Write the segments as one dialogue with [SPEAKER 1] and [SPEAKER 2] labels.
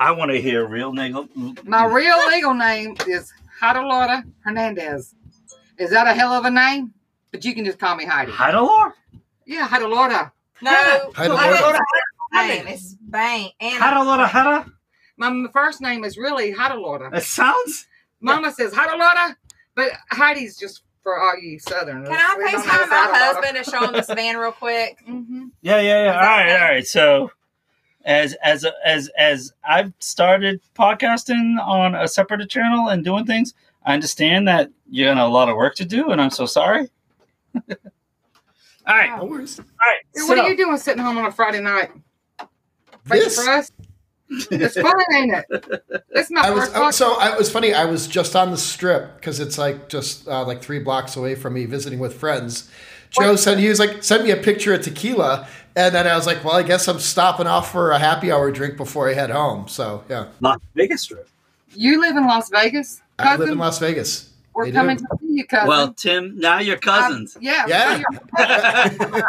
[SPEAKER 1] I want to hear real nigga.
[SPEAKER 2] My real legal name is Heidelora Hernandez. Is that a hell of a name? But you can just call me Heidi.
[SPEAKER 1] Heidelor?
[SPEAKER 2] Yeah, Heidelora.
[SPEAKER 3] No,
[SPEAKER 4] How the
[SPEAKER 3] my
[SPEAKER 4] Lord-
[SPEAKER 3] middle
[SPEAKER 2] Hey.
[SPEAKER 3] name is Bang. Anna.
[SPEAKER 1] Heidelor Heida?
[SPEAKER 2] My m- first name is really Heidelora.
[SPEAKER 1] That sounds.
[SPEAKER 2] Mama says Heidelora, but Heidi's just for all you Southerners.
[SPEAKER 3] Can I
[SPEAKER 2] We don't know
[SPEAKER 3] FaceTime my
[SPEAKER 2] Heidelora.
[SPEAKER 3] husband and show him this van real quick?
[SPEAKER 2] Mhm.
[SPEAKER 1] Yeah, yeah, yeah.
[SPEAKER 3] Is
[SPEAKER 1] All
[SPEAKER 3] that
[SPEAKER 1] right,
[SPEAKER 3] okay?
[SPEAKER 1] all right. So, as as as as I've started podcasting on a separate channel and doing things, I understand that you're gonna have a lot of work to do, and I'm so sorry. all right, all
[SPEAKER 4] No worries.
[SPEAKER 1] right.
[SPEAKER 2] Hey,
[SPEAKER 1] So,
[SPEAKER 2] What are you doing sitting home on a Friday night? Waiting
[SPEAKER 4] This
[SPEAKER 2] for us? It's fun, ain't it? It's my
[SPEAKER 4] I was
[SPEAKER 2] first
[SPEAKER 4] I,
[SPEAKER 2] one.
[SPEAKER 4] so I, it was funny. I was just on the strip because it's like just uh, like three blocks away from me visiting with friends. Joe sent he was like sent me a picture of tequila, and then I was like, well, I guess I'm stopping off for a happy hour drink before I head home. So yeah,
[SPEAKER 1] Las Vegas trip.
[SPEAKER 2] You live in Las Vegas,
[SPEAKER 4] I live in
[SPEAKER 2] cousin.
[SPEAKER 4] Las Vegas.
[SPEAKER 2] We're
[SPEAKER 4] They do.
[SPEAKER 2] coming to see you, cousin.
[SPEAKER 1] Well, Tim, now you're cousins.
[SPEAKER 2] Um, yeah.
[SPEAKER 4] Yeah.
[SPEAKER 2] we're
[SPEAKER 4] Yeah,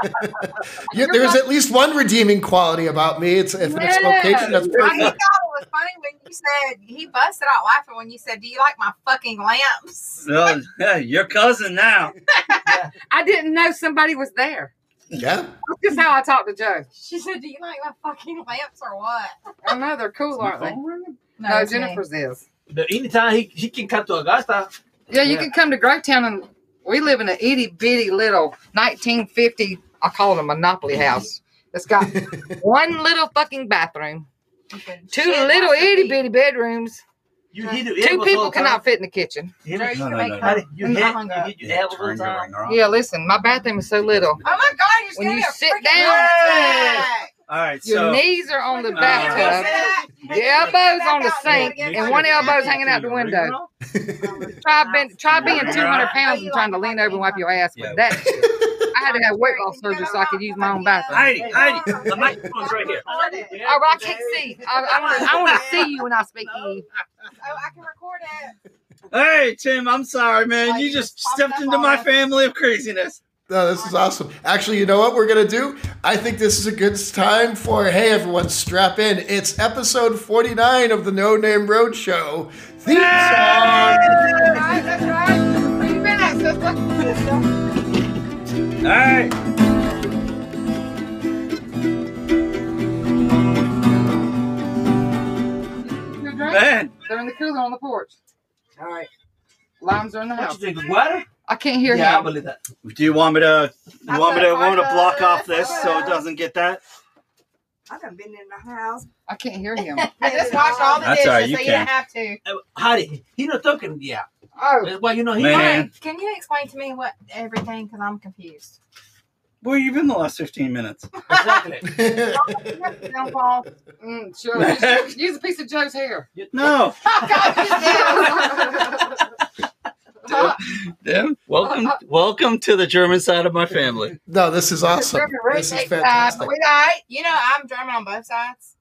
[SPEAKER 2] You're
[SPEAKER 4] there's
[SPEAKER 2] right.
[SPEAKER 4] at least one redeeming quality about me. It's if it's location, that's
[SPEAKER 3] I just thought
[SPEAKER 4] perfect.
[SPEAKER 3] it was funny when you said he busted out laughing when you said, "Do you like my fucking lamps?"
[SPEAKER 1] No, yeah, you're cousin now.
[SPEAKER 2] I didn't know somebody was there.
[SPEAKER 4] Yeah,
[SPEAKER 2] That's just how I talk to Joe.
[SPEAKER 3] She said, "Do you like my fucking lamps or what?"
[SPEAKER 2] I know they're cool, aren't they? No,
[SPEAKER 3] it's me.
[SPEAKER 2] Jennifer's is.
[SPEAKER 5] The anytime he, he can come to Augusta,
[SPEAKER 2] Yeah, you
[SPEAKER 5] Yeah.
[SPEAKER 2] can come to Grovetown and we live in an itty bitty little 1950. I call it a monopoly house. It's got one little fucking bathroom,
[SPEAKER 3] Okay.
[SPEAKER 2] two
[SPEAKER 3] Shit,
[SPEAKER 2] little
[SPEAKER 3] that's a
[SPEAKER 2] itty
[SPEAKER 3] beat.
[SPEAKER 2] bitty bedrooms.
[SPEAKER 5] you
[SPEAKER 3] Yeah.
[SPEAKER 5] hit your
[SPEAKER 2] Two
[SPEAKER 5] elbows all
[SPEAKER 2] people
[SPEAKER 5] the time.
[SPEAKER 2] cannot fit in the kitchen.
[SPEAKER 5] You hit-
[SPEAKER 3] Jerry, you
[SPEAKER 1] No,
[SPEAKER 3] can
[SPEAKER 1] no,
[SPEAKER 3] make
[SPEAKER 1] no, no.
[SPEAKER 3] her-
[SPEAKER 5] Honey, you
[SPEAKER 2] I'm
[SPEAKER 5] hit,
[SPEAKER 3] hung
[SPEAKER 5] you
[SPEAKER 3] up.
[SPEAKER 5] hit your elbows all the time.
[SPEAKER 2] Yeah, listen, my bathroom is so little.
[SPEAKER 3] Oh my god, you're
[SPEAKER 2] When
[SPEAKER 3] scared
[SPEAKER 2] you
[SPEAKER 3] of
[SPEAKER 2] sit
[SPEAKER 3] freaking
[SPEAKER 2] down-
[SPEAKER 3] heart
[SPEAKER 1] All right,
[SPEAKER 2] Your
[SPEAKER 1] so
[SPEAKER 2] knees are on the
[SPEAKER 1] Uh,
[SPEAKER 2] bathtub. Your elbow's on the sink, and one elbow's hanging out the window. Try being, try being 200 pounds and trying to lean over and wipe your ass with that. shit. I had to have weight loss surgery so I could use my own bathroom.
[SPEAKER 1] Heidi, Heidi, the microphone's right here.
[SPEAKER 3] Oh,
[SPEAKER 2] Oh, but I can't see. I, I, wanna- I want to see you when I speak to you.
[SPEAKER 3] Oh, I can record it.
[SPEAKER 1] Hey, Tim, I'm sorry, man.
[SPEAKER 3] Like,
[SPEAKER 1] You just
[SPEAKER 3] popped
[SPEAKER 1] stepped
[SPEAKER 3] up
[SPEAKER 1] into
[SPEAKER 3] on
[SPEAKER 1] my
[SPEAKER 3] us.
[SPEAKER 1] family of craziness.
[SPEAKER 4] no, this is awesome. Actually, you know what we're gonna do? I think this is a good time for hey everyone, strap in. It's episode 49 of the No Name Road Show theme song.
[SPEAKER 3] That's right, that's right. Where you been at, sister?
[SPEAKER 1] All right.
[SPEAKER 2] Two drinks?
[SPEAKER 1] Man,
[SPEAKER 2] They're in the cooler on the porch.
[SPEAKER 5] All right.
[SPEAKER 2] Limes are in the
[SPEAKER 5] What you
[SPEAKER 2] house.
[SPEAKER 5] drinking? Water?
[SPEAKER 2] I can't hear
[SPEAKER 5] yeah, I
[SPEAKER 2] him.
[SPEAKER 5] believe that.
[SPEAKER 1] do you want me to you
[SPEAKER 3] I
[SPEAKER 1] want me to
[SPEAKER 3] thought
[SPEAKER 1] want me to
[SPEAKER 3] I
[SPEAKER 1] block off
[SPEAKER 3] was-
[SPEAKER 1] this so it doesn't get that?
[SPEAKER 3] I done been in the house.
[SPEAKER 2] I can't hear him.
[SPEAKER 3] I just washed all the
[SPEAKER 1] That's
[SPEAKER 3] dishes,
[SPEAKER 1] all right, you
[SPEAKER 3] so you
[SPEAKER 1] can.
[SPEAKER 3] don't have to.
[SPEAKER 5] Uh, Heidi, he not talking. Yeah.
[SPEAKER 2] Oh,
[SPEAKER 5] That's why you know he.
[SPEAKER 1] Man.
[SPEAKER 3] Hey, can you explain to me what everything? Because I'm confused.
[SPEAKER 1] Where you been the last 15 minutes?
[SPEAKER 5] Exactly.
[SPEAKER 3] Don't fall.
[SPEAKER 2] mm, sure. Use- Use a piece of Joe's hair.
[SPEAKER 1] No.
[SPEAKER 2] I
[SPEAKER 1] Tim, welcome welcome to the German side of my family.
[SPEAKER 4] no, this is awesome. This
[SPEAKER 2] uh,
[SPEAKER 4] is fantastic.
[SPEAKER 3] uh, We died. You know, I'm German on both sides.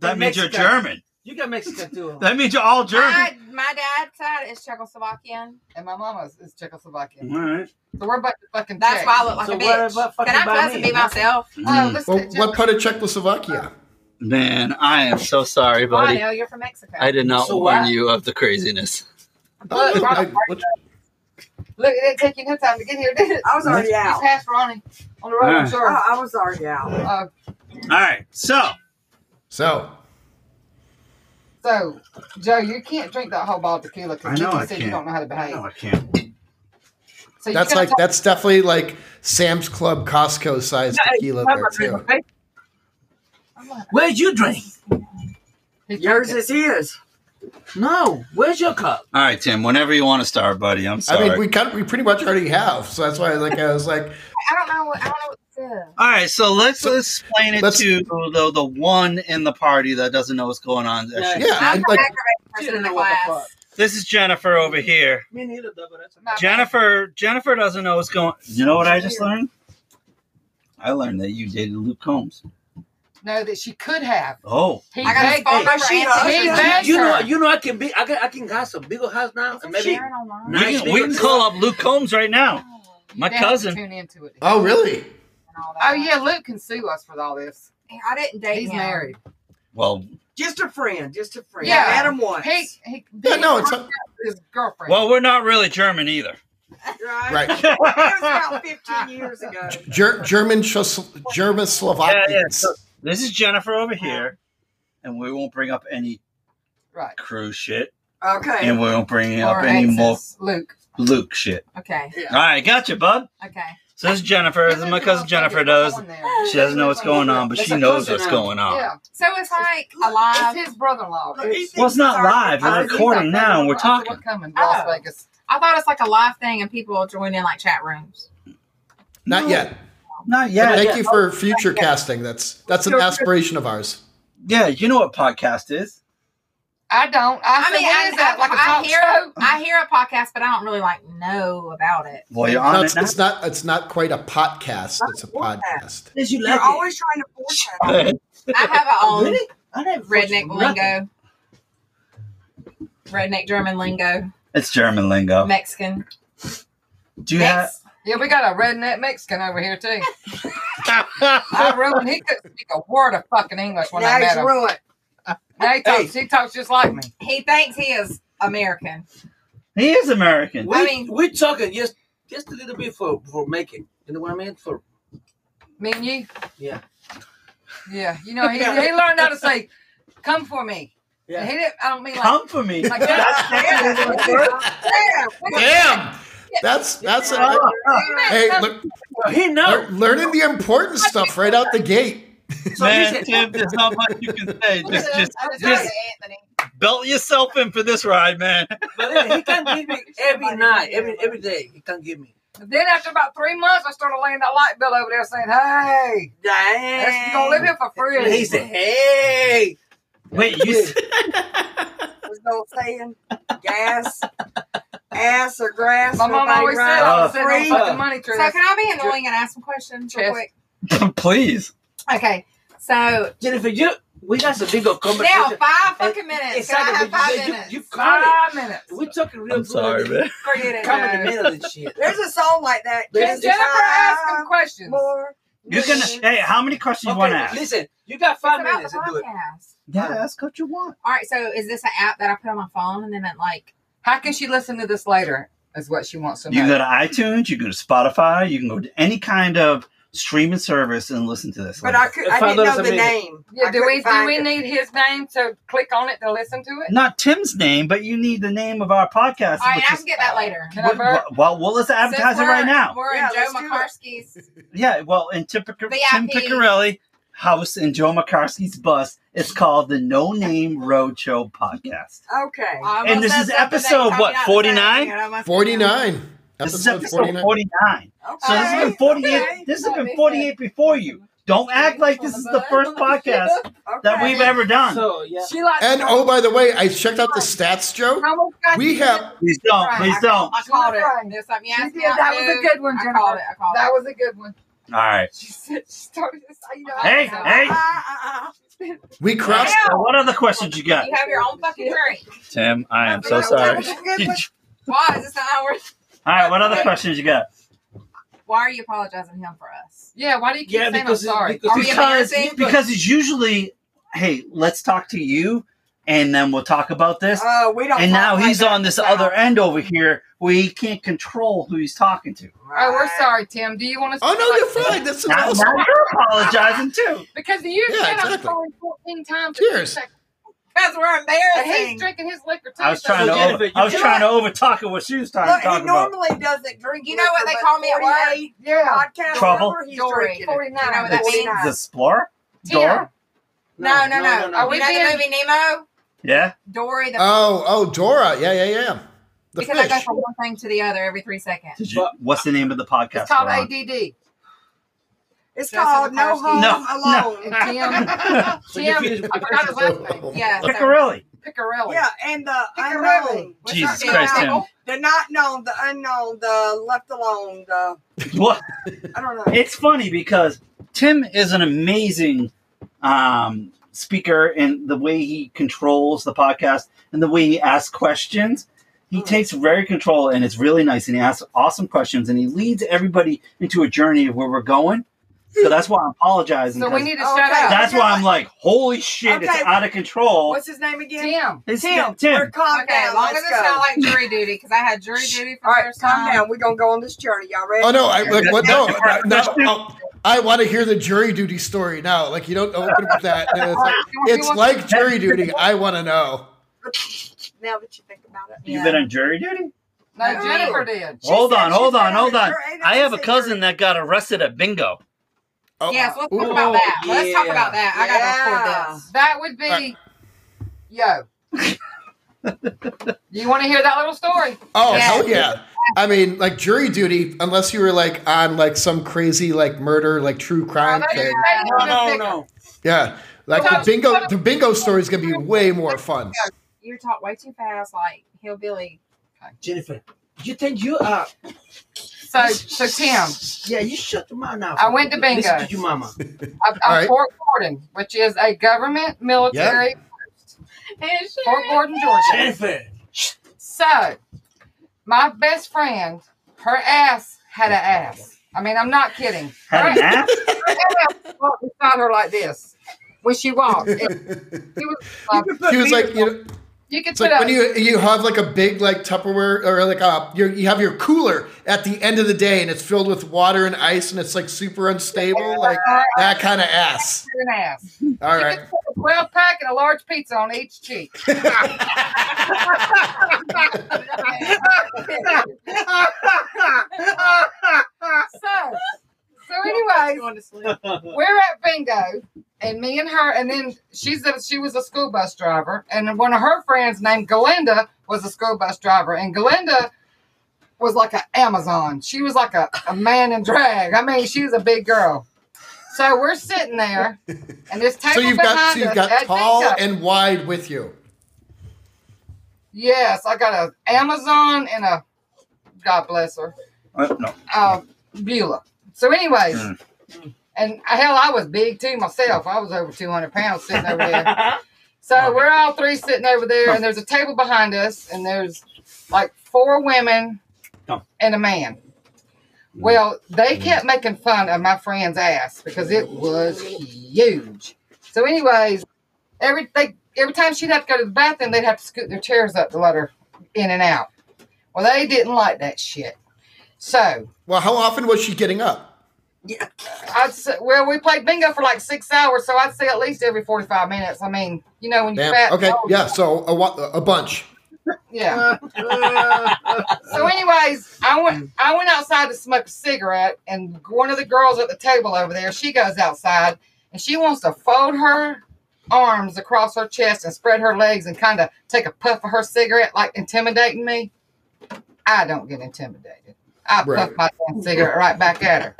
[SPEAKER 1] That
[SPEAKER 5] In
[SPEAKER 1] means you're
[SPEAKER 5] Mexico.
[SPEAKER 1] German.
[SPEAKER 5] You got Mexican too.
[SPEAKER 1] That means you're all German.
[SPEAKER 3] My, my dad's side is Czechoslovakian.
[SPEAKER 2] and my mama's is Czechoslovakian.
[SPEAKER 1] All right.
[SPEAKER 2] So we're about to fucking
[SPEAKER 3] That's
[SPEAKER 2] check.
[SPEAKER 3] why I look like
[SPEAKER 5] So
[SPEAKER 3] a
[SPEAKER 5] what
[SPEAKER 3] bitch.
[SPEAKER 5] about fucking
[SPEAKER 3] Can I
[SPEAKER 5] by
[SPEAKER 3] plus
[SPEAKER 5] me?
[SPEAKER 3] and be myself?
[SPEAKER 2] Oh,
[SPEAKER 1] Mm.
[SPEAKER 2] let's
[SPEAKER 4] Mm-hmm. Well,
[SPEAKER 2] get Joe.
[SPEAKER 4] what part of
[SPEAKER 2] Uh,
[SPEAKER 4] Czechoslovakia?
[SPEAKER 1] Man, I am so sorry,
[SPEAKER 3] Oh, I
[SPEAKER 1] buddy.
[SPEAKER 3] know you're from Mexico.
[SPEAKER 1] I did not
[SPEAKER 5] So
[SPEAKER 1] warn
[SPEAKER 5] what?
[SPEAKER 1] you of the craziness.
[SPEAKER 4] Oh, no, I- what-
[SPEAKER 2] uh, Look, it didn't take you no time to get here, did it?
[SPEAKER 6] I was already
[SPEAKER 2] You
[SPEAKER 6] out.
[SPEAKER 2] passed Ronnie on the road, I'm
[SPEAKER 1] Uh.
[SPEAKER 2] sure.
[SPEAKER 6] I, I was already out.
[SPEAKER 2] Uh,
[SPEAKER 1] All right. So,
[SPEAKER 4] so
[SPEAKER 2] so, Joe, you can't drink that whole bottle of tequila
[SPEAKER 1] I
[SPEAKER 2] because
[SPEAKER 1] know
[SPEAKER 2] you
[SPEAKER 1] I
[SPEAKER 2] said you
[SPEAKER 1] can't.
[SPEAKER 2] don't know how to
[SPEAKER 1] I
[SPEAKER 2] behave.
[SPEAKER 1] know I can't.
[SPEAKER 2] So you
[SPEAKER 4] that's
[SPEAKER 2] gotta
[SPEAKER 4] like that's definitely like Sam's Club Costco size tequila there too.
[SPEAKER 5] Where's your drink?
[SPEAKER 2] talk-
[SPEAKER 6] Yours is his.
[SPEAKER 5] No. Where's your cup?
[SPEAKER 1] All right, Tim, whenever you want to start, buddy. I'm sorry.
[SPEAKER 4] I mean, we kind of, we pretty much already have, so that's why like I was like,
[SPEAKER 3] I don't know. What, I don't know what this is.
[SPEAKER 1] All right, so let's explain it
[SPEAKER 4] let's-
[SPEAKER 1] to the, the one in the party that doesn't know what's going on.
[SPEAKER 5] Yeah.
[SPEAKER 4] yeah,
[SPEAKER 3] I'm
[SPEAKER 4] and,
[SPEAKER 3] the
[SPEAKER 4] like
[SPEAKER 3] aggravating person in the class.
[SPEAKER 1] This is Jennifer over here.
[SPEAKER 5] Me neither, though, but that's
[SPEAKER 2] No.
[SPEAKER 1] Jennifer, Jennifer doesn't know what's going. You know what I just learned? I learned that you dated Luke Combs.
[SPEAKER 2] No, that she could have.
[SPEAKER 1] Oh,
[SPEAKER 2] He
[SPEAKER 3] I got his
[SPEAKER 2] begged
[SPEAKER 3] phone
[SPEAKER 2] her.
[SPEAKER 3] number. and
[SPEAKER 6] Hey,
[SPEAKER 2] she-
[SPEAKER 3] his
[SPEAKER 2] she-
[SPEAKER 3] address.
[SPEAKER 2] Thank
[SPEAKER 5] You know,
[SPEAKER 2] her.
[SPEAKER 5] you know, I can be, I can, I can have some bigger house now, and maybe
[SPEAKER 3] Sharon online.
[SPEAKER 1] we can, we can
[SPEAKER 5] Nice.
[SPEAKER 1] call up Luke Combs right now.
[SPEAKER 3] Oh,
[SPEAKER 1] My
[SPEAKER 2] They have to
[SPEAKER 1] cousin.
[SPEAKER 2] Tune into it.
[SPEAKER 4] oh really?
[SPEAKER 3] and all that.
[SPEAKER 2] Oh yeah, Luke can sue us for all this.
[SPEAKER 3] I didn't date
[SPEAKER 2] Oh, He's
[SPEAKER 3] him.
[SPEAKER 2] married.
[SPEAKER 1] Well,
[SPEAKER 6] Just a friend. Just a friend.
[SPEAKER 2] Yeah.
[SPEAKER 6] I met him once.
[SPEAKER 2] He, he,
[SPEAKER 4] Yeah, no, it's a,
[SPEAKER 2] his girlfriend.
[SPEAKER 1] Well, we're not really German either.
[SPEAKER 6] Right.
[SPEAKER 4] right.
[SPEAKER 6] It was about 15 years ago.
[SPEAKER 4] Ger- German Chos- German Slovakians.
[SPEAKER 1] Yeah, yeah, so- this is Jennifer over here, and we won't bring up any
[SPEAKER 2] right.
[SPEAKER 1] cruise shit,
[SPEAKER 6] Okay.
[SPEAKER 1] and we won't bring up
[SPEAKER 2] Or
[SPEAKER 1] any more
[SPEAKER 2] exes. Luke.
[SPEAKER 1] Luke shit.
[SPEAKER 3] Okay.
[SPEAKER 1] All right, gotcha, bud.
[SPEAKER 3] Okay.
[SPEAKER 1] So this is Jennifer. This is my cousin Jennifer. Does uh, she doesn't know what's going on, but
[SPEAKER 6] That's
[SPEAKER 1] she
[SPEAKER 6] a
[SPEAKER 1] knows
[SPEAKER 6] cousin
[SPEAKER 1] what's
[SPEAKER 6] now.
[SPEAKER 1] going on.
[SPEAKER 2] Yeah.
[SPEAKER 3] So it's like alive.
[SPEAKER 2] It's his brother-in-law.
[SPEAKER 6] It's-
[SPEAKER 1] Well, it's not live.
[SPEAKER 2] I
[SPEAKER 1] We're
[SPEAKER 2] was
[SPEAKER 1] recording
[SPEAKER 2] like,
[SPEAKER 1] now, and we're
[SPEAKER 2] I said,
[SPEAKER 1] talking.
[SPEAKER 2] We're coming to Las
[SPEAKER 3] Oh.
[SPEAKER 2] Vegas.
[SPEAKER 3] I thought it's like a live thing and people will join in like chat rooms.
[SPEAKER 4] Not yet.
[SPEAKER 1] Not
[SPEAKER 4] But
[SPEAKER 1] yet.
[SPEAKER 4] thank you
[SPEAKER 1] Oh,
[SPEAKER 4] for future casting. That's that's an aspiration of ours.
[SPEAKER 1] Yeah, you know what podcast is.
[SPEAKER 2] I don't. I,
[SPEAKER 3] I
[SPEAKER 2] mean,
[SPEAKER 3] mean,
[SPEAKER 2] what
[SPEAKER 3] I,
[SPEAKER 2] is that?
[SPEAKER 3] I-
[SPEAKER 2] Like a
[SPEAKER 3] I
[SPEAKER 2] talk
[SPEAKER 3] hear
[SPEAKER 2] show?
[SPEAKER 3] I hear a podcast, but I don't really like know about it.
[SPEAKER 1] Well, you're
[SPEAKER 4] No,
[SPEAKER 1] on
[SPEAKER 4] it's,
[SPEAKER 1] it now.
[SPEAKER 4] it's not it's not quite a podcast. It's a podcast.
[SPEAKER 5] Since you
[SPEAKER 6] You're
[SPEAKER 5] like it.
[SPEAKER 6] always trying to force
[SPEAKER 1] Go
[SPEAKER 6] it.
[SPEAKER 1] ahead.
[SPEAKER 3] I have Um, a own
[SPEAKER 5] Really? I never forced
[SPEAKER 3] redneck
[SPEAKER 5] you nothing.
[SPEAKER 3] lingo, redneck German lingo,
[SPEAKER 1] It's German lingo.
[SPEAKER 3] Mexican.
[SPEAKER 1] Do Oh. you have?
[SPEAKER 3] Mex-
[SPEAKER 2] Yeah, we got a redneck Mexican over here too. I ruined. He couldn't speak a word of fucking English when
[SPEAKER 6] Now
[SPEAKER 2] I met
[SPEAKER 6] he's
[SPEAKER 2] him.
[SPEAKER 6] ruined.
[SPEAKER 2] Now he talks. He talks just like me.
[SPEAKER 3] he thinks he is American.
[SPEAKER 1] He is American.
[SPEAKER 5] We,
[SPEAKER 3] I mean-
[SPEAKER 5] we're talking just just a little bit for for making. You know what I mean? For
[SPEAKER 2] Me and you.
[SPEAKER 5] Yeah.
[SPEAKER 2] Yeah. You know, he, he learned how to say, "Come for me." And He didn't. I don't mean like.
[SPEAKER 1] Come for me.
[SPEAKER 2] Like that.
[SPEAKER 1] That's-
[SPEAKER 6] Yeah.
[SPEAKER 4] Damn, that's that's a,
[SPEAKER 1] Oh.
[SPEAKER 4] hey le-
[SPEAKER 5] Well, he
[SPEAKER 4] le-
[SPEAKER 5] knows.
[SPEAKER 4] learning the important stuff right out the gate.
[SPEAKER 5] So he
[SPEAKER 1] Man,
[SPEAKER 5] said-
[SPEAKER 1] Tim, there's not much you can say. Just, just
[SPEAKER 3] I was
[SPEAKER 1] just-
[SPEAKER 3] talking to Anthony.
[SPEAKER 1] belt yourself in for this ride, man.
[SPEAKER 5] but yeah, he can give me every night, every every day. He can give me.
[SPEAKER 2] Then after about three months, I started laying that light bill over there, saying, "Hey,
[SPEAKER 6] Dang.
[SPEAKER 2] you gonna live here for free."
[SPEAKER 5] And he said, "Hey,
[SPEAKER 1] Wait, you s-
[SPEAKER 6] was no saying gas, ass or grass.
[SPEAKER 2] My mom
[SPEAKER 6] nobody
[SPEAKER 2] always said,
[SPEAKER 6] ride
[SPEAKER 2] "I
[SPEAKER 1] Uh,
[SPEAKER 2] was sending
[SPEAKER 6] free.
[SPEAKER 2] fucking money
[SPEAKER 3] So
[SPEAKER 2] through."
[SPEAKER 3] can
[SPEAKER 2] this."
[SPEAKER 3] I be annoying and ask some questions real
[SPEAKER 2] Yes.
[SPEAKER 3] quick?
[SPEAKER 1] please.
[SPEAKER 3] Okay. So
[SPEAKER 5] Jennifer, you we got some big old
[SPEAKER 3] now
[SPEAKER 5] conversation.
[SPEAKER 3] five fucking minutes. Can I
[SPEAKER 5] Exactly,
[SPEAKER 3] have
[SPEAKER 5] but
[SPEAKER 3] five
[SPEAKER 5] you-
[SPEAKER 3] minutes?
[SPEAKER 5] You, you caught
[SPEAKER 2] Five minutes.
[SPEAKER 5] it. We're talking real
[SPEAKER 1] I'm
[SPEAKER 5] good.
[SPEAKER 1] sorry, man.
[SPEAKER 5] You
[SPEAKER 3] Forget it,
[SPEAKER 5] come in the
[SPEAKER 3] guys.
[SPEAKER 5] middle of this shit.
[SPEAKER 6] There's a song like that.
[SPEAKER 5] There's
[SPEAKER 2] Can
[SPEAKER 5] this-
[SPEAKER 2] Jennifer ask him
[SPEAKER 6] Five
[SPEAKER 2] questions?
[SPEAKER 6] more
[SPEAKER 1] You can.
[SPEAKER 6] minutes.
[SPEAKER 1] Hey, how many questions you want to ask?
[SPEAKER 5] Listen, you got five
[SPEAKER 3] It's about
[SPEAKER 5] minutes
[SPEAKER 3] the
[SPEAKER 5] to do it.
[SPEAKER 3] podcast.
[SPEAKER 1] Yeah, ask what you want.
[SPEAKER 3] All right. So is this an app that I put on my phone and then it like?
[SPEAKER 2] How can she listen to this later? Is what she wants to
[SPEAKER 1] You can go
[SPEAKER 2] know.
[SPEAKER 1] to iTunes. You can go to Spotify. You can go to any kind of streaming service and listen to this.
[SPEAKER 6] But I
[SPEAKER 1] later.
[SPEAKER 6] could.
[SPEAKER 5] If
[SPEAKER 6] I
[SPEAKER 5] I
[SPEAKER 6] didn't
[SPEAKER 5] notice
[SPEAKER 6] know
[SPEAKER 5] a
[SPEAKER 6] the
[SPEAKER 5] minute.
[SPEAKER 6] name.
[SPEAKER 2] yeah,
[SPEAKER 6] I
[SPEAKER 2] do we
[SPEAKER 6] couldn't
[SPEAKER 2] do
[SPEAKER 6] find
[SPEAKER 2] we
[SPEAKER 6] it.
[SPEAKER 2] need his name to click on it to listen to it?
[SPEAKER 1] not Tim's name, but you need the name of our podcast.
[SPEAKER 3] All right.
[SPEAKER 1] which
[SPEAKER 3] I
[SPEAKER 1] is-
[SPEAKER 3] can get that later.
[SPEAKER 2] Can I
[SPEAKER 1] Wh-
[SPEAKER 2] burp?
[SPEAKER 1] wh- Well, well, let's advertise
[SPEAKER 3] Since
[SPEAKER 1] it
[SPEAKER 3] we're-
[SPEAKER 1] right now.
[SPEAKER 3] We're
[SPEAKER 6] Yeah,
[SPEAKER 3] in Joe
[SPEAKER 6] let's do it.
[SPEAKER 3] McCarski's.
[SPEAKER 1] Yeah, well, in Tim, Pic- Tim
[SPEAKER 3] VIP.
[SPEAKER 1] Piccarelli house in Joe McCarthy's bus, it's called the No Name Roadshow Podcast.
[SPEAKER 6] Okay.
[SPEAKER 3] I almost
[SPEAKER 1] And this
[SPEAKER 3] said
[SPEAKER 1] is
[SPEAKER 3] something,
[SPEAKER 1] episode,
[SPEAKER 3] they called
[SPEAKER 1] what,
[SPEAKER 3] me out the
[SPEAKER 1] 49?
[SPEAKER 3] back, you know, my-
[SPEAKER 4] Forty nine.
[SPEAKER 1] This is episode 49. So this has been
[SPEAKER 6] Okay.
[SPEAKER 1] 48.
[SPEAKER 6] Okay.
[SPEAKER 1] This has been 48 before you. Don't act like this is the first podcast that
[SPEAKER 6] Okay. Uh,
[SPEAKER 1] we've ever done.
[SPEAKER 5] So yeah,
[SPEAKER 2] She likes
[SPEAKER 4] And oh, by the way, I checked out the stats, Joe.
[SPEAKER 2] I almost got
[SPEAKER 4] We
[SPEAKER 2] you.
[SPEAKER 4] have
[SPEAKER 1] Please
[SPEAKER 3] Oh,
[SPEAKER 1] don't. Please don't. All
[SPEAKER 3] I called it.
[SPEAKER 2] Right.
[SPEAKER 3] There's something you
[SPEAKER 2] She
[SPEAKER 3] asked me
[SPEAKER 2] did.
[SPEAKER 3] out
[SPEAKER 2] That was a
[SPEAKER 3] to.
[SPEAKER 2] good one,
[SPEAKER 3] I
[SPEAKER 2] Jennifer.
[SPEAKER 3] called it. I called
[SPEAKER 2] That
[SPEAKER 3] it.
[SPEAKER 2] was a good one.
[SPEAKER 1] right.
[SPEAKER 2] She said she started this. You know,
[SPEAKER 1] Hey,
[SPEAKER 2] I-
[SPEAKER 1] hey.
[SPEAKER 6] Uh,
[SPEAKER 4] we crossed.
[SPEAKER 1] So what other questions you got,
[SPEAKER 3] You have your own fucking drink.
[SPEAKER 1] Tim? I am so
[SPEAKER 6] uh, uh.
[SPEAKER 1] sorry.
[SPEAKER 6] That was a
[SPEAKER 1] All
[SPEAKER 6] good one.
[SPEAKER 3] Why is this not how we're?
[SPEAKER 1] right. What other questions you got?
[SPEAKER 3] Why are you apologizing to him for us?
[SPEAKER 2] Yeah, why do you keep
[SPEAKER 5] Yeah,
[SPEAKER 2] saying I'm
[SPEAKER 5] because it's-
[SPEAKER 2] sorry?
[SPEAKER 5] because
[SPEAKER 3] Are we
[SPEAKER 1] because
[SPEAKER 3] embarrassing?
[SPEAKER 1] because it's usually hey let's talk to you and then we'll talk about this
[SPEAKER 6] uh, we don't.
[SPEAKER 1] and now
[SPEAKER 6] talk like
[SPEAKER 1] he's
[SPEAKER 6] that
[SPEAKER 1] on this
[SPEAKER 6] now.
[SPEAKER 1] other end over here where he can't control who he's talking to
[SPEAKER 2] Oh, we're sorry, Tim. Do you want to?
[SPEAKER 4] Oh no, you're fine. This is
[SPEAKER 1] now,
[SPEAKER 4] awesome.
[SPEAKER 1] now you're apologizing too
[SPEAKER 2] Because you
[SPEAKER 4] Yeah,
[SPEAKER 2] said I'm
[SPEAKER 4] exactly.
[SPEAKER 2] sorry 14 times. in
[SPEAKER 4] Cheers.
[SPEAKER 2] two seconds.
[SPEAKER 3] Because we're
[SPEAKER 2] And
[SPEAKER 3] embarrassing.
[SPEAKER 2] he's drinking his liquor too.
[SPEAKER 1] i was
[SPEAKER 2] so-
[SPEAKER 1] trying to
[SPEAKER 5] So,
[SPEAKER 1] over,
[SPEAKER 5] Jennifer,
[SPEAKER 1] i was
[SPEAKER 5] you-
[SPEAKER 1] trying to over talk at what she was trying to
[SPEAKER 6] Look, he
[SPEAKER 1] talk about
[SPEAKER 6] normally doesn't drink.
[SPEAKER 3] You know what they
[SPEAKER 6] liquor,
[SPEAKER 3] call me at
[SPEAKER 6] but
[SPEAKER 3] work?
[SPEAKER 6] 48
[SPEAKER 2] Yeah.
[SPEAKER 6] Podcast
[SPEAKER 1] Trouble?
[SPEAKER 6] over, he's
[SPEAKER 3] Dory.
[SPEAKER 6] drinking it.
[SPEAKER 2] 49.
[SPEAKER 3] You know what that
[SPEAKER 1] It's
[SPEAKER 3] means?
[SPEAKER 1] the explorer
[SPEAKER 2] Tim,
[SPEAKER 1] door
[SPEAKER 3] no, no, no.
[SPEAKER 2] Are we
[SPEAKER 3] you know
[SPEAKER 2] being-
[SPEAKER 3] the movie Nemo?
[SPEAKER 1] yeah
[SPEAKER 3] Dory the
[SPEAKER 4] Oh, oh, Dora. Yeah, yeah, yeah. The
[SPEAKER 3] because I go
[SPEAKER 4] fish.
[SPEAKER 3] from one thing to the other every three seconds.
[SPEAKER 1] Did you, what's the name of the podcast
[SPEAKER 2] it's called
[SPEAKER 1] we're on?
[SPEAKER 2] ADD.
[SPEAKER 6] It's
[SPEAKER 3] That's
[SPEAKER 6] called
[SPEAKER 3] what
[SPEAKER 6] No
[SPEAKER 3] the
[SPEAKER 6] Home
[SPEAKER 1] No,
[SPEAKER 6] Alone.
[SPEAKER 2] Tim,
[SPEAKER 5] So you
[SPEAKER 2] Tim,
[SPEAKER 5] finish with
[SPEAKER 2] I forgot his last name.
[SPEAKER 3] Yeah. so-
[SPEAKER 1] Piccarelli.
[SPEAKER 2] Picarelli.
[SPEAKER 6] Yeah, and the
[SPEAKER 2] Picarelli.
[SPEAKER 6] unknown.
[SPEAKER 2] What's
[SPEAKER 1] Jesus
[SPEAKER 2] her name?
[SPEAKER 1] Christ, Tim.
[SPEAKER 2] Apple?
[SPEAKER 6] The not known, the unknown, the left alone, the
[SPEAKER 1] What?
[SPEAKER 6] I don't know.
[SPEAKER 1] It's funny because Tim is an amazing um, speaker in the way he controls the podcast and the way he asks questions. He
[SPEAKER 6] Mm.
[SPEAKER 1] takes very control and it's really nice and he asks awesome questions and he leads everybody into a journey of where we're going. So that's why I'm apologizing.
[SPEAKER 2] So we
[SPEAKER 1] 'cause
[SPEAKER 2] need to
[SPEAKER 6] Okay.
[SPEAKER 2] shut up.
[SPEAKER 1] that's why I'm like, holy shit, it's
[SPEAKER 6] Okay.
[SPEAKER 1] out of control.
[SPEAKER 6] What's his name again?
[SPEAKER 2] Tim.
[SPEAKER 1] It's
[SPEAKER 6] Tim. We're
[SPEAKER 1] Tim.
[SPEAKER 6] calm
[SPEAKER 3] Okay, as
[SPEAKER 6] down.
[SPEAKER 3] long as
[SPEAKER 6] Let's
[SPEAKER 3] it's
[SPEAKER 6] go.
[SPEAKER 3] not like jury duty, because I had jury duty for
[SPEAKER 6] All
[SPEAKER 3] the
[SPEAKER 6] right,
[SPEAKER 3] first
[SPEAKER 6] calm
[SPEAKER 3] time.
[SPEAKER 6] down. We're gonna go on this journey. Y'all ready?
[SPEAKER 4] Oh no! I like what? No, no, no,
[SPEAKER 1] Question?
[SPEAKER 4] no. I want to hear the jury duty story now. Like you don't open with that. And it's like,
[SPEAKER 2] You want- you
[SPEAKER 4] it's
[SPEAKER 2] want-
[SPEAKER 4] like jury duty. I want to know.
[SPEAKER 6] Now that you think about it.
[SPEAKER 3] Yeah.
[SPEAKER 1] You've been on jury duty?
[SPEAKER 2] No, Jennifer did.
[SPEAKER 6] She
[SPEAKER 1] Hold
[SPEAKER 6] said-
[SPEAKER 1] on,
[SPEAKER 6] she
[SPEAKER 1] hold
[SPEAKER 6] said
[SPEAKER 1] on, hold
[SPEAKER 6] her
[SPEAKER 1] on.
[SPEAKER 6] agent
[SPEAKER 1] I have a
[SPEAKER 6] said
[SPEAKER 1] cousin that got arrested at bingo.
[SPEAKER 4] Oh,
[SPEAKER 3] Yes, let's talk
[SPEAKER 4] ooh.
[SPEAKER 3] about that. Let's talk
[SPEAKER 5] yeah.
[SPEAKER 3] about that. I gotta record this.
[SPEAKER 2] That would be, yo. you want to hear that little story?
[SPEAKER 4] Oh
[SPEAKER 3] Yeah.
[SPEAKER 4] hell yeah! I mean, like jury duty, unless you were like on like some crazy like murder, like true crime
[SPEAKER 2] Oh,
[SPEAKER 4] thing.
[SPEAKER 2] that-
[SPEAKER 5] No, no, no.
[SPEAKER 4] Yeah, like the bingo, the bingo story is gonna be way more fun.
[SPEAKER 3] You talk way too fast, like hillbilly.
[SPEAKER 5] Jennifer, you think you are?
[SPEAKER 2] So, so Tim,
[SPEAKER 5] Yeah, you shut your mouth now.
[SPEAKER 2] I went to bingo.
[SPEAKER 5] Listen to your mama.
[SPEAKER 2] I'm,
[SPEAKER 4] All
[SPEAKER 2] I'm
[SPEAKER 4] right.
[SPEAKER 2] Fort Gordon, which is a government military Fort Gordon, Georgia.
[SPEAKER 5] Jennifer.
[SPEAKER 2] So, my best friend, her ass had an ass. I mean, I'm not kidding.
[SPEAKER 1] Had an
[SPEAKER 2] Her
[SPEAKER 1] app?
[SPEAKER 2] ass walked beside her like this when she walked. It- she was, like,
[SPEAKER 4] She was like, you know,
[SPEAKER 2] you could
[SPEAKER 4] it's
[SPEAKER 2] put up.
[SPEAKER 4] like when you you have like a big like Tupperware or like a you you have your cooler at the end of the day and it's filled with water and ice and it's like super unstable, like that kind of ass.
[SPEAKER 2] an ass.
[SPEAKER 4] All
[SPEAKER 2] You
[SPEAKER 4] right.
[SPEAKER 2] could put a 12 pack and a large pizza on each cheek. so, so anyways, we're at bingo, and me and her, and then she's a, she was a school bus driver, and one of her friends named Galinda was a school bus driver, and Galinda was like an Amazon. She was like a, a man in drag. I mean, she was a big girl. So we're sitting there, and this table
[SPEAKER 4] So you've
[SPEAKER 2] behind
[SPEAKER 4] got so you've
[SPEAKER 2] us
[SPEAKER 4] got
[SPEAKER 2] at
[SPEAKER 4] tall
[SPEAKER 2] bingo.
[SPEAKER 4] and wide with you.
[SPEAKER 2] Yes, I got a Amazon and a God bless her,
[SPEAKER 1] Uh, no.
[SPEAKER 2] uh, Beulah. So, anyways,
[SPEAKER 1] Mm.
[SPEAKER 2] and hell, I was big too myself. I was over two hundred pounds sitting over there. So we're all three sitting over there, and there's a table behind us, and there's like four women
[SPEAKER 1] Come.
[SPEAKER 2] and a man. Well, they kept making fun of my friend's ass because it was huge. So, anyways, every they, every time she'd have to go to the bathroom, they'd have to scoot their chairs up to let her in and out. Well, they didn't like that shit. So
[SPEAKER 4] Well, how often was she getting up?
[SPEAKER 2] I'd say, well, we played bingo for like six hours, so I'd say at least every forty-five minutes. I mean, you know, when you're
[SPEAKER 4] Damn.
[SPEAKER 2] fat,
[SPEAKER 4] Okay,
[SPEAKER 2] oh,
[SPEAKER 4] yeah. So a wa- a bunch.
[SPEAKER 2] yeah.
[SPEAKER 5] Uh,
[SPEAKER 2] So, anyways, I went I went outside to smoke a cigarette, and one of the girls at the table over there, she goes outside and she wants to fold her arms across her chest and spread her legs and kind of take a puff of her cigarette, like intimidating me. I don't get intimidated. I puff
[SPEAKER 4] Right.
[SPEAKER 2] my damn cigarette right back at her.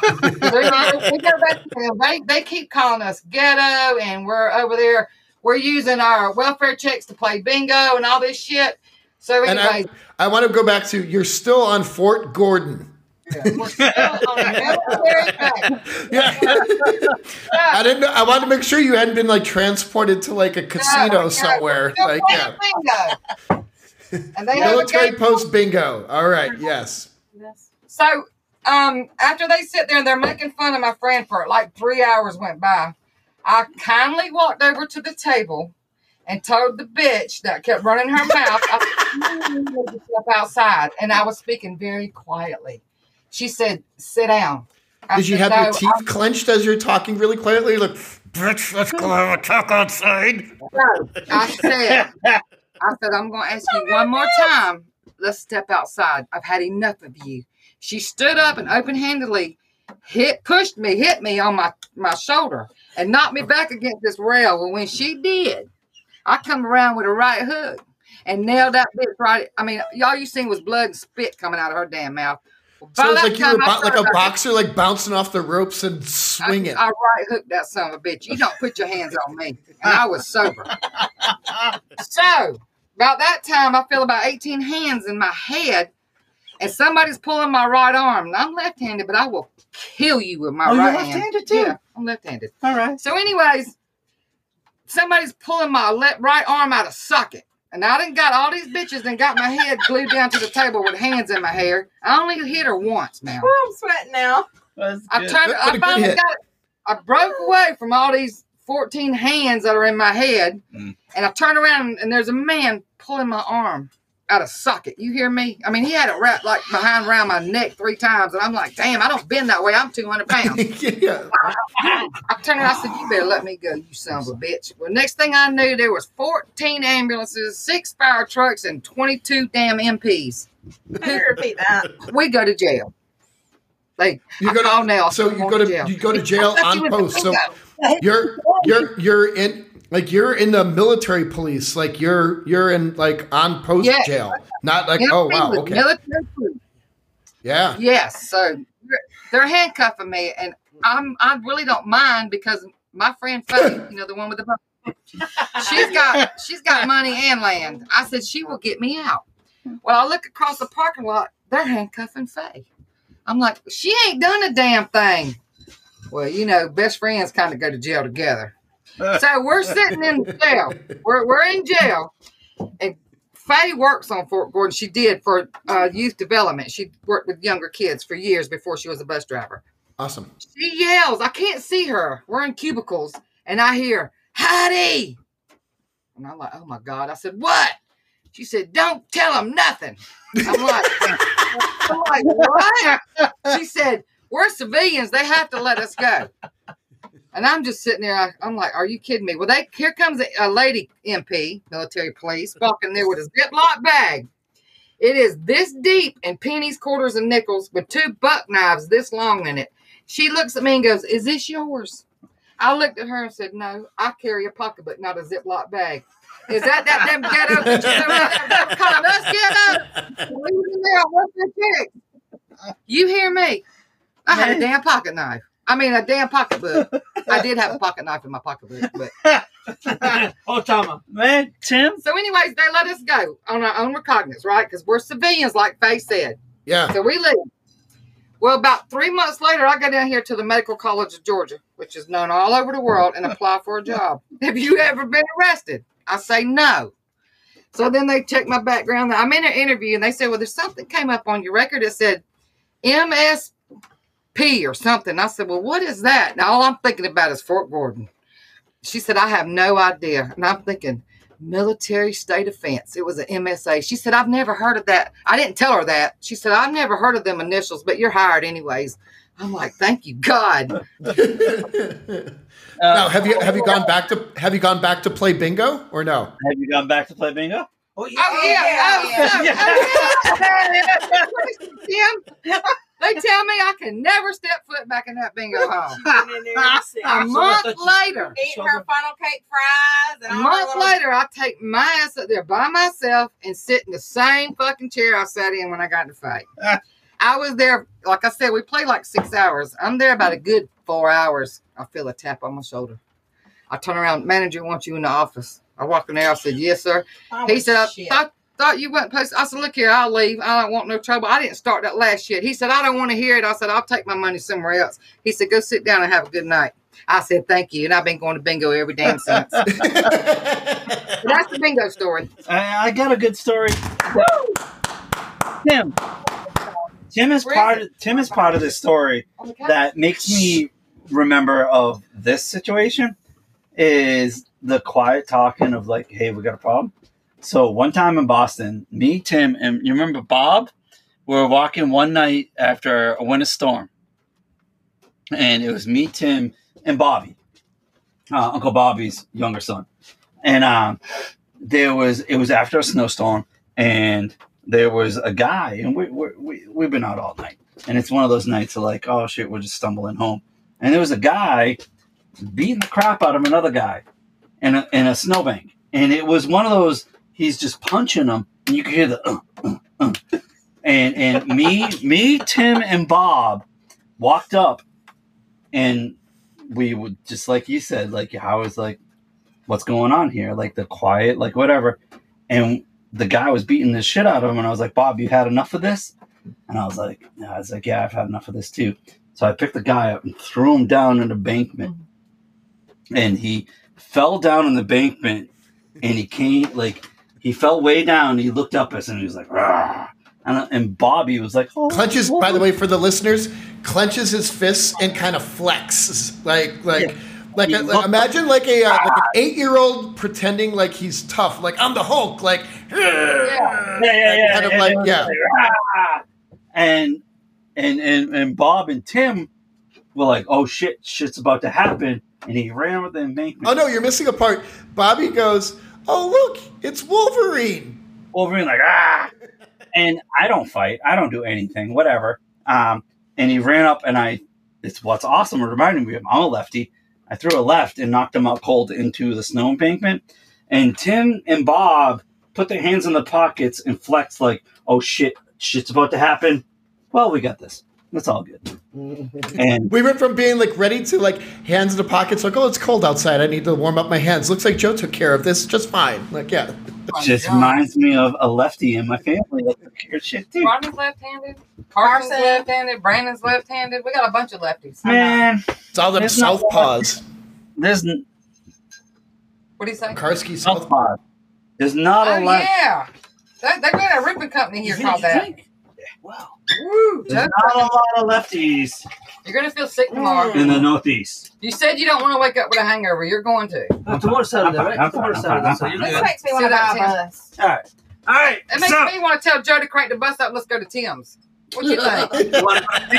[SPEAKER 2] So, you know, we go back to them. they, they keep calling us ghetto, and we're over there. We're using our welfare checks to play bingo and all this shit. So,
[SPEAKER 4] And
[SPEAKER 2] anyways,
[SPEAKER 4] I I want to go back to you're still on Fort Gordon.
[SPEAKER 2] we're still on a military base.
[SPEAKER 4] Yeah. I didn't know. I wanted to make sure you hadn't been like transported to like a
[SPEAKER 2] No,
[SPEAKER 4] casino
[SPEAKER 2] no,
[SPEAKER 4] somewhere.
[SPEAKER 2] Still
[SPEAKER 4] Like
[SPEAKER 2] playing
[SPEAKER 4] yeah.
[SPEAKER 2] bingo. And they have a
[SPEAKER 4] Military
[SPEAKER 2] game.
[SPEAKER 4] post bingo. All right. Yes.
[SPEAKER 2] So um, after they sit there and they're making fun of my friend for it, like three hours went by. I kindly walked over to the table and told the bitch that kept running her mouth, I said, "You need to step outside. And I was speaking very quietly. She said, sit down. I
[SPEAKER 4] Did you
[SPEAKER 2] said,
[SPEAKER 4] have your
[SPEAKER 2] "No,
[SPEAKER 4] teeth clenched as you're talking really quietly? You're like, bitch, let's go have a talk outside.
[SPEAKER 2] I said, I said, I'm going to ask you one more time. Let's step outside. I've had enough of you. She stood up and open handedly hit, pushed me, hit me on my, my shoulder and knocked me back against this rail. Well, when she did, I come around with a right hook and nailed that bitch right. I mean, all you seen was blood and spit coming out of her damn mouth. By
[SPEAKER 4] Sounds
[SPEAKER 2] that
[SPEAKER 4] like you were
[SPEAKER 2] time, I
[SPEAKER 4] bo- like a
[SPEAKER 2] started-
[SPEAKER 4] boxer, like bouncing off the ropes and swinging.
[SPEAKER 2] I, I right hooked that son of a bitch. You don't put your hands on me. And I was sober. so about that time, I feel about 18 hands in my head, and somebody's pulling my right arm. And I'm left handed, but I will kill you with my
[SPEAKER 5] Oh, you're
[SPEAKER 2] right hand.
[SPEAKER 5] left-handed too?
[SPEAKER 2] Yeah, I'm left handed.
[SPEAKER 5] All right.
[SPEAKER 2] So, anyways, somebody's pulling my left right arm out of socket. And I didn't got all these bitches and got my head glued down to the table with hands in my hair. I only hit her once now.
[SPEAKER 3] Oh, I'm sweating now.
[SPEAKER 1] That's
[SPEAKER 2] I
[SPEAKER 1] good.
[SPEAKER 2] turned.
[SPEAKER 4] That would've
[SPEAKER 2] I finally
[SPEAKER 4] been it.
[SPEAKER 2] got. I broke away from all these fourteen hands that are in my head,
[SPEAKER 1] Mm.
[SPEAKER 2] and I turned around and, and there's a man pulling my arm out of socket. You hear me? I mean, he had it wrapped like behind around my neck three times, and I'm like, "Damn, I don't bend that way. I'm two hundred pounds."
[SPEAKER 4] yeah.
[SPEAKER 2] I turned around. I said, "You better let me go, you son of a bitch." Well, next thing I knew, there was fourteen ambulances, six fire trucks, and twenty-two damn MPs.
[SPEAKER 3] Can you repeat that?
[SPEAKER 2] We go to jail. Like
[SPEAKER 4] You
[SPEAKER 2] I
[SPEAKER 4] go to-
[SPEAKER 2] call now.
[SPEAKER 4] So you
[SPEAKER 2] I'm going
[SPEAKER 4] go to you go to jail
[SPEAKER 2] Because he
[SPEAKER 4] on
[SPEAKER 2] was a
[SPEAKER 4] post. So
[SPEAKER 2] bingo.
[SPEAKER 4] you're you're you're in like you're in the military police. Like you're you're in like on post
[SPEAKER 2] Yeah.
[SPEAKER 4] jail. Not like
[SPEAKER 2] Yeah,
[SPEAKER 4] oh
[SPEAKER 2] he
[SPEAKER 4] wow
[SPEAKER 2] was
[SPEAKER 4] okay
[SPEAKER 2] military police.
[SPEAKER 4] yeah
[SPEAKER 2] Yes. So they're handcuffing me, and I'm I really don't mind because my friend Faith, you know, the one with the boat, she's got she's got money and land. I said she will get me out. Well, I look across the parking lot. They're handcuffing Faye. I'm like, she ain't done a damn thing. Well, you know, best friends kind of go to jail together. So we're sitting in jail. We're, we're in jail. And Faye works on Fort Gordon. She did for uh, youth development. She worked with younger kids for years before she was a bus driver.
[SPEAKER 4] awesome.
[SPEAKER 2] She yells. I can't see her. We're in cubicles, and I hear Heidi. And I'm like, oh my god. I said, what? She said, don't tell them nothing. I'm like, I'm like, what? She said, we're civilians. They have to let us go. And I'm just sitting there. I, I'm like, are you kidding me? Well, they here comes a, a lady MP, military police, walking there with a Ziploc bag. It is this deep in pennies, quarters, and nickels with two buck knives this long in it. She looks at me and goes, Is this yours? I looked at her and said, No, I carry a pocketbook, not a Ziploc bag. Is that that damn ghetto? that you called us ghetto? Leave it there. What's the check? You hear me? I had a damn pocket knife. I mean, a damn pocketbook. I did have a pocket knife in my pocketbook, but
[SPEAKER 5] Oh, Tama.
[SPEAKER 1] Man, Tim,
[SPEAKER 2] so, anyways, they let us go on our own recognizance, right? Because we're civilians, like Faye said.
[SPEAKER 4] Yeah.
[SPEAKER 2] So we leave. Well, about three months later, I go down here to the Medical College of Georgia, which is known all over the world, and apply for a job. Have you ever been arrested? I say no. So then they check my background. I'm in an interview, and they said, "Well, there's something came up on your record that said MSP or something." I said, "Well, what is that?" And all I'm thinking about is Fort Gordon. She said, "I have no idea," and I'm thinking. Military State Offense. It was an MSA. She said, I've never heard of that. I didn't tell her that. She said, I've never heard of them initials, but you're hired anyways. I'm like, thank you, God.
[SPEAKER 1] uh, oh,
[SPEAKER 4] now have you have you gone back to have you gone back to play bingo or no?
[SPEAKER 1] have you gone back to play bingo?
[SPEAKER 5] Oh, yeah.
[SPEAKER 2] Oh, yeah. Oh,
[SPEAKER 3] yeah.
[SPEAKER 2] yeah. Oh, yeah. Tim, they tell me I can never step foot back in that bingo hall. A month later,
[SPEAKER 3] Eating her funnel cake fries and
[SPEAKER 2] a
[SPEAKER 3] all
[SPEAKER 2] month
[SPEAKER 3] her little-
[SPEAKER 2] later, I take my ass up there by myself and sit in the same fucking chair I sat in when I got in the fight. I was there, like I said, we played like six hours. I'm there about a good four hours. I feel a tap on my shoulder. I turn around, manager wants you in the office. I walk in there, I said, Yes, sir.
[SPEAKER 6] Oh,
[SPEAKER 2] He said, I thought, thought you went post. I said, Look here, I'll leave. I don't want no trouble. I didn't start that last shit. He said, I don't want to hear it. I said, I'll take my money somewhere else. He said, Go sit down and have a good night. I said, Thank you. And I've been going to bingo every damn since. That's the bingo story.
[SPEAKER 1] I, I got a good story. Tim. Tim is
[SPEAKER 2] Where is
[SPEAKER 1] part. Tim is part of this story that makes me remember of this situation is the quiet talking of like, "Hey, we got a problem." So one time in Boston, me, Tim, and you remember Bob, we were walking one night after a winter storm, and it was me, Tim, and Bobby, uh, Uncle Bobby's younger son, and um, there was it was after a snowstorm, and there was a guy, and we we we we've been out all night, and it's one of those nights of like, oh shit, we're just stumbling home, and there was a guy beating the crap out of another guy, in a in a snowbank, and it was one of those he's just punching him, and you could hear the. Uh, uh, uh. And, and me me Tim and Bob walked up and we would just like you said like I was like what's going on here like the quiet like whatever and the guy was beating the shit out of him and I was like Bob you had enough of this and I was like I was like yeah I've had enough of this too so I picked the guy up and threw him down an embankment and he fell down in the embankment and he came like he fell way down he looked up at us and he was like Rah! And, and Bobby was like, oh,
[SPEAKER 4] Clenches,
[SPEAKER 1] whoa.
[SPEAKER 4] by the way, for the listeners, clenches his fists and kind of flexes, like like
[SPEAKER 1] Yeah.
[SPEAKER 4] like, a, like- imagine like a uh, like an eight year old pretending like he's tough, like I'm the Hulk, like
[SPEAKER 1] yeah, yeah, yeah,
[SPEAKER 4] kind of
[SPEAKER 1] and
[SPEAKER 4] like-
[SPEAKER 1] everyone's
[SPEAKER 4] yeah.
[SPEAKER 1] "Ah!" and and and and Bob and Tim were like, oh shit, shit's about to happen, and he ran with the embankment.
[SPEAKER 4] oh no, you're missing a part. Bobby goes, oh look, it's Wolverine.
[SPEAKER 1] Wolverine like ah, and I don't fight. I don't do anything. Whatever. Um, and he ran up, and I. It's what's awesome. It reminded me of I'm a lefty. I threw a left and knocked him out cold into the snow embankment. And Tim and Bob put their hands in the pockets and flexed like, "Oh shit, shit's about to happen." Well, we got this. That's all good. and
[SPEAKER 4] We went from being like ready to like hands in the pockets, like oh it's cold outside, I need to warm up my hands. Looks like Joe took care of this just fine. Like yeah,
[SPEAKER 1] just reminds me of a lefty in my family. Like, "Here, shit, dude.
[SPEAKER 2] Rodney's left-handed. Carson's
[SPEAKER 3] Carson.
[SPEAKER 2] left-handed. Brandon's left-handed. We got a bunch of lefties.
[SPEAKER 1] Man,
[SPEAKER 4] it's all them
[SPEAKER 1] It's not-
[SPEAKER 4] southpaws.
[SPEAKER 1] there's
[SPEAKER 2] What do you say?
[SPEAKER 4] Karski south.
[SPEAKER 1] not, there's not a
[SPEAKER 2] Oh
[SPEAKER 1] left.
[SPEAKER 2] yeah, they, they ran a ripping company here called that.
[SPEAKER 1] Wow.
[SPEAKER 2] Woo,
[SPEAKER 1] There's
[SPEAKER 2] Doug,
[SPEAKER 1] not a lot of lefties
[SPEAKER 2] you're gonna feel sick tomorrow.
[SPEAKER 1] in
[SPEAKER 3] Mm.
[SPEAKER 1] the Northeast.
[SPEAKER 2] You said you don't want to wake up with a hangover. You're going to.
[SPEAKER 5] No, tomorrow's Saturday,
[SPEAKER 1] I'm fine, I'm
[SPEAKER 5] right? Tomorrow's
[SPEAKER 1] fine, I'm
[SPEAKER 5] Saturday, so
[SPEAKER 1] fine,
[SPEAKER 5] you're
[SPEAKER 1] I'm
[SPEAKER 3] This
[SPEAKER 5] good.
[SPEAKER 3] makes me want
[SPEAKER 2] See
[SPEAKER 3] to
[SPEAKER 2] that
[SPEAKER 3] buy
[SPEAKER 2] team?
[SPEAKER 3] a bus.
[SPEAKER 1] All right. All right.
[SPEAKER 2] It makes
[SPEAKER 1] so-
[SPEAKER 2] me want to tell Joe to crank the bus up. Let's go to Tim's. What you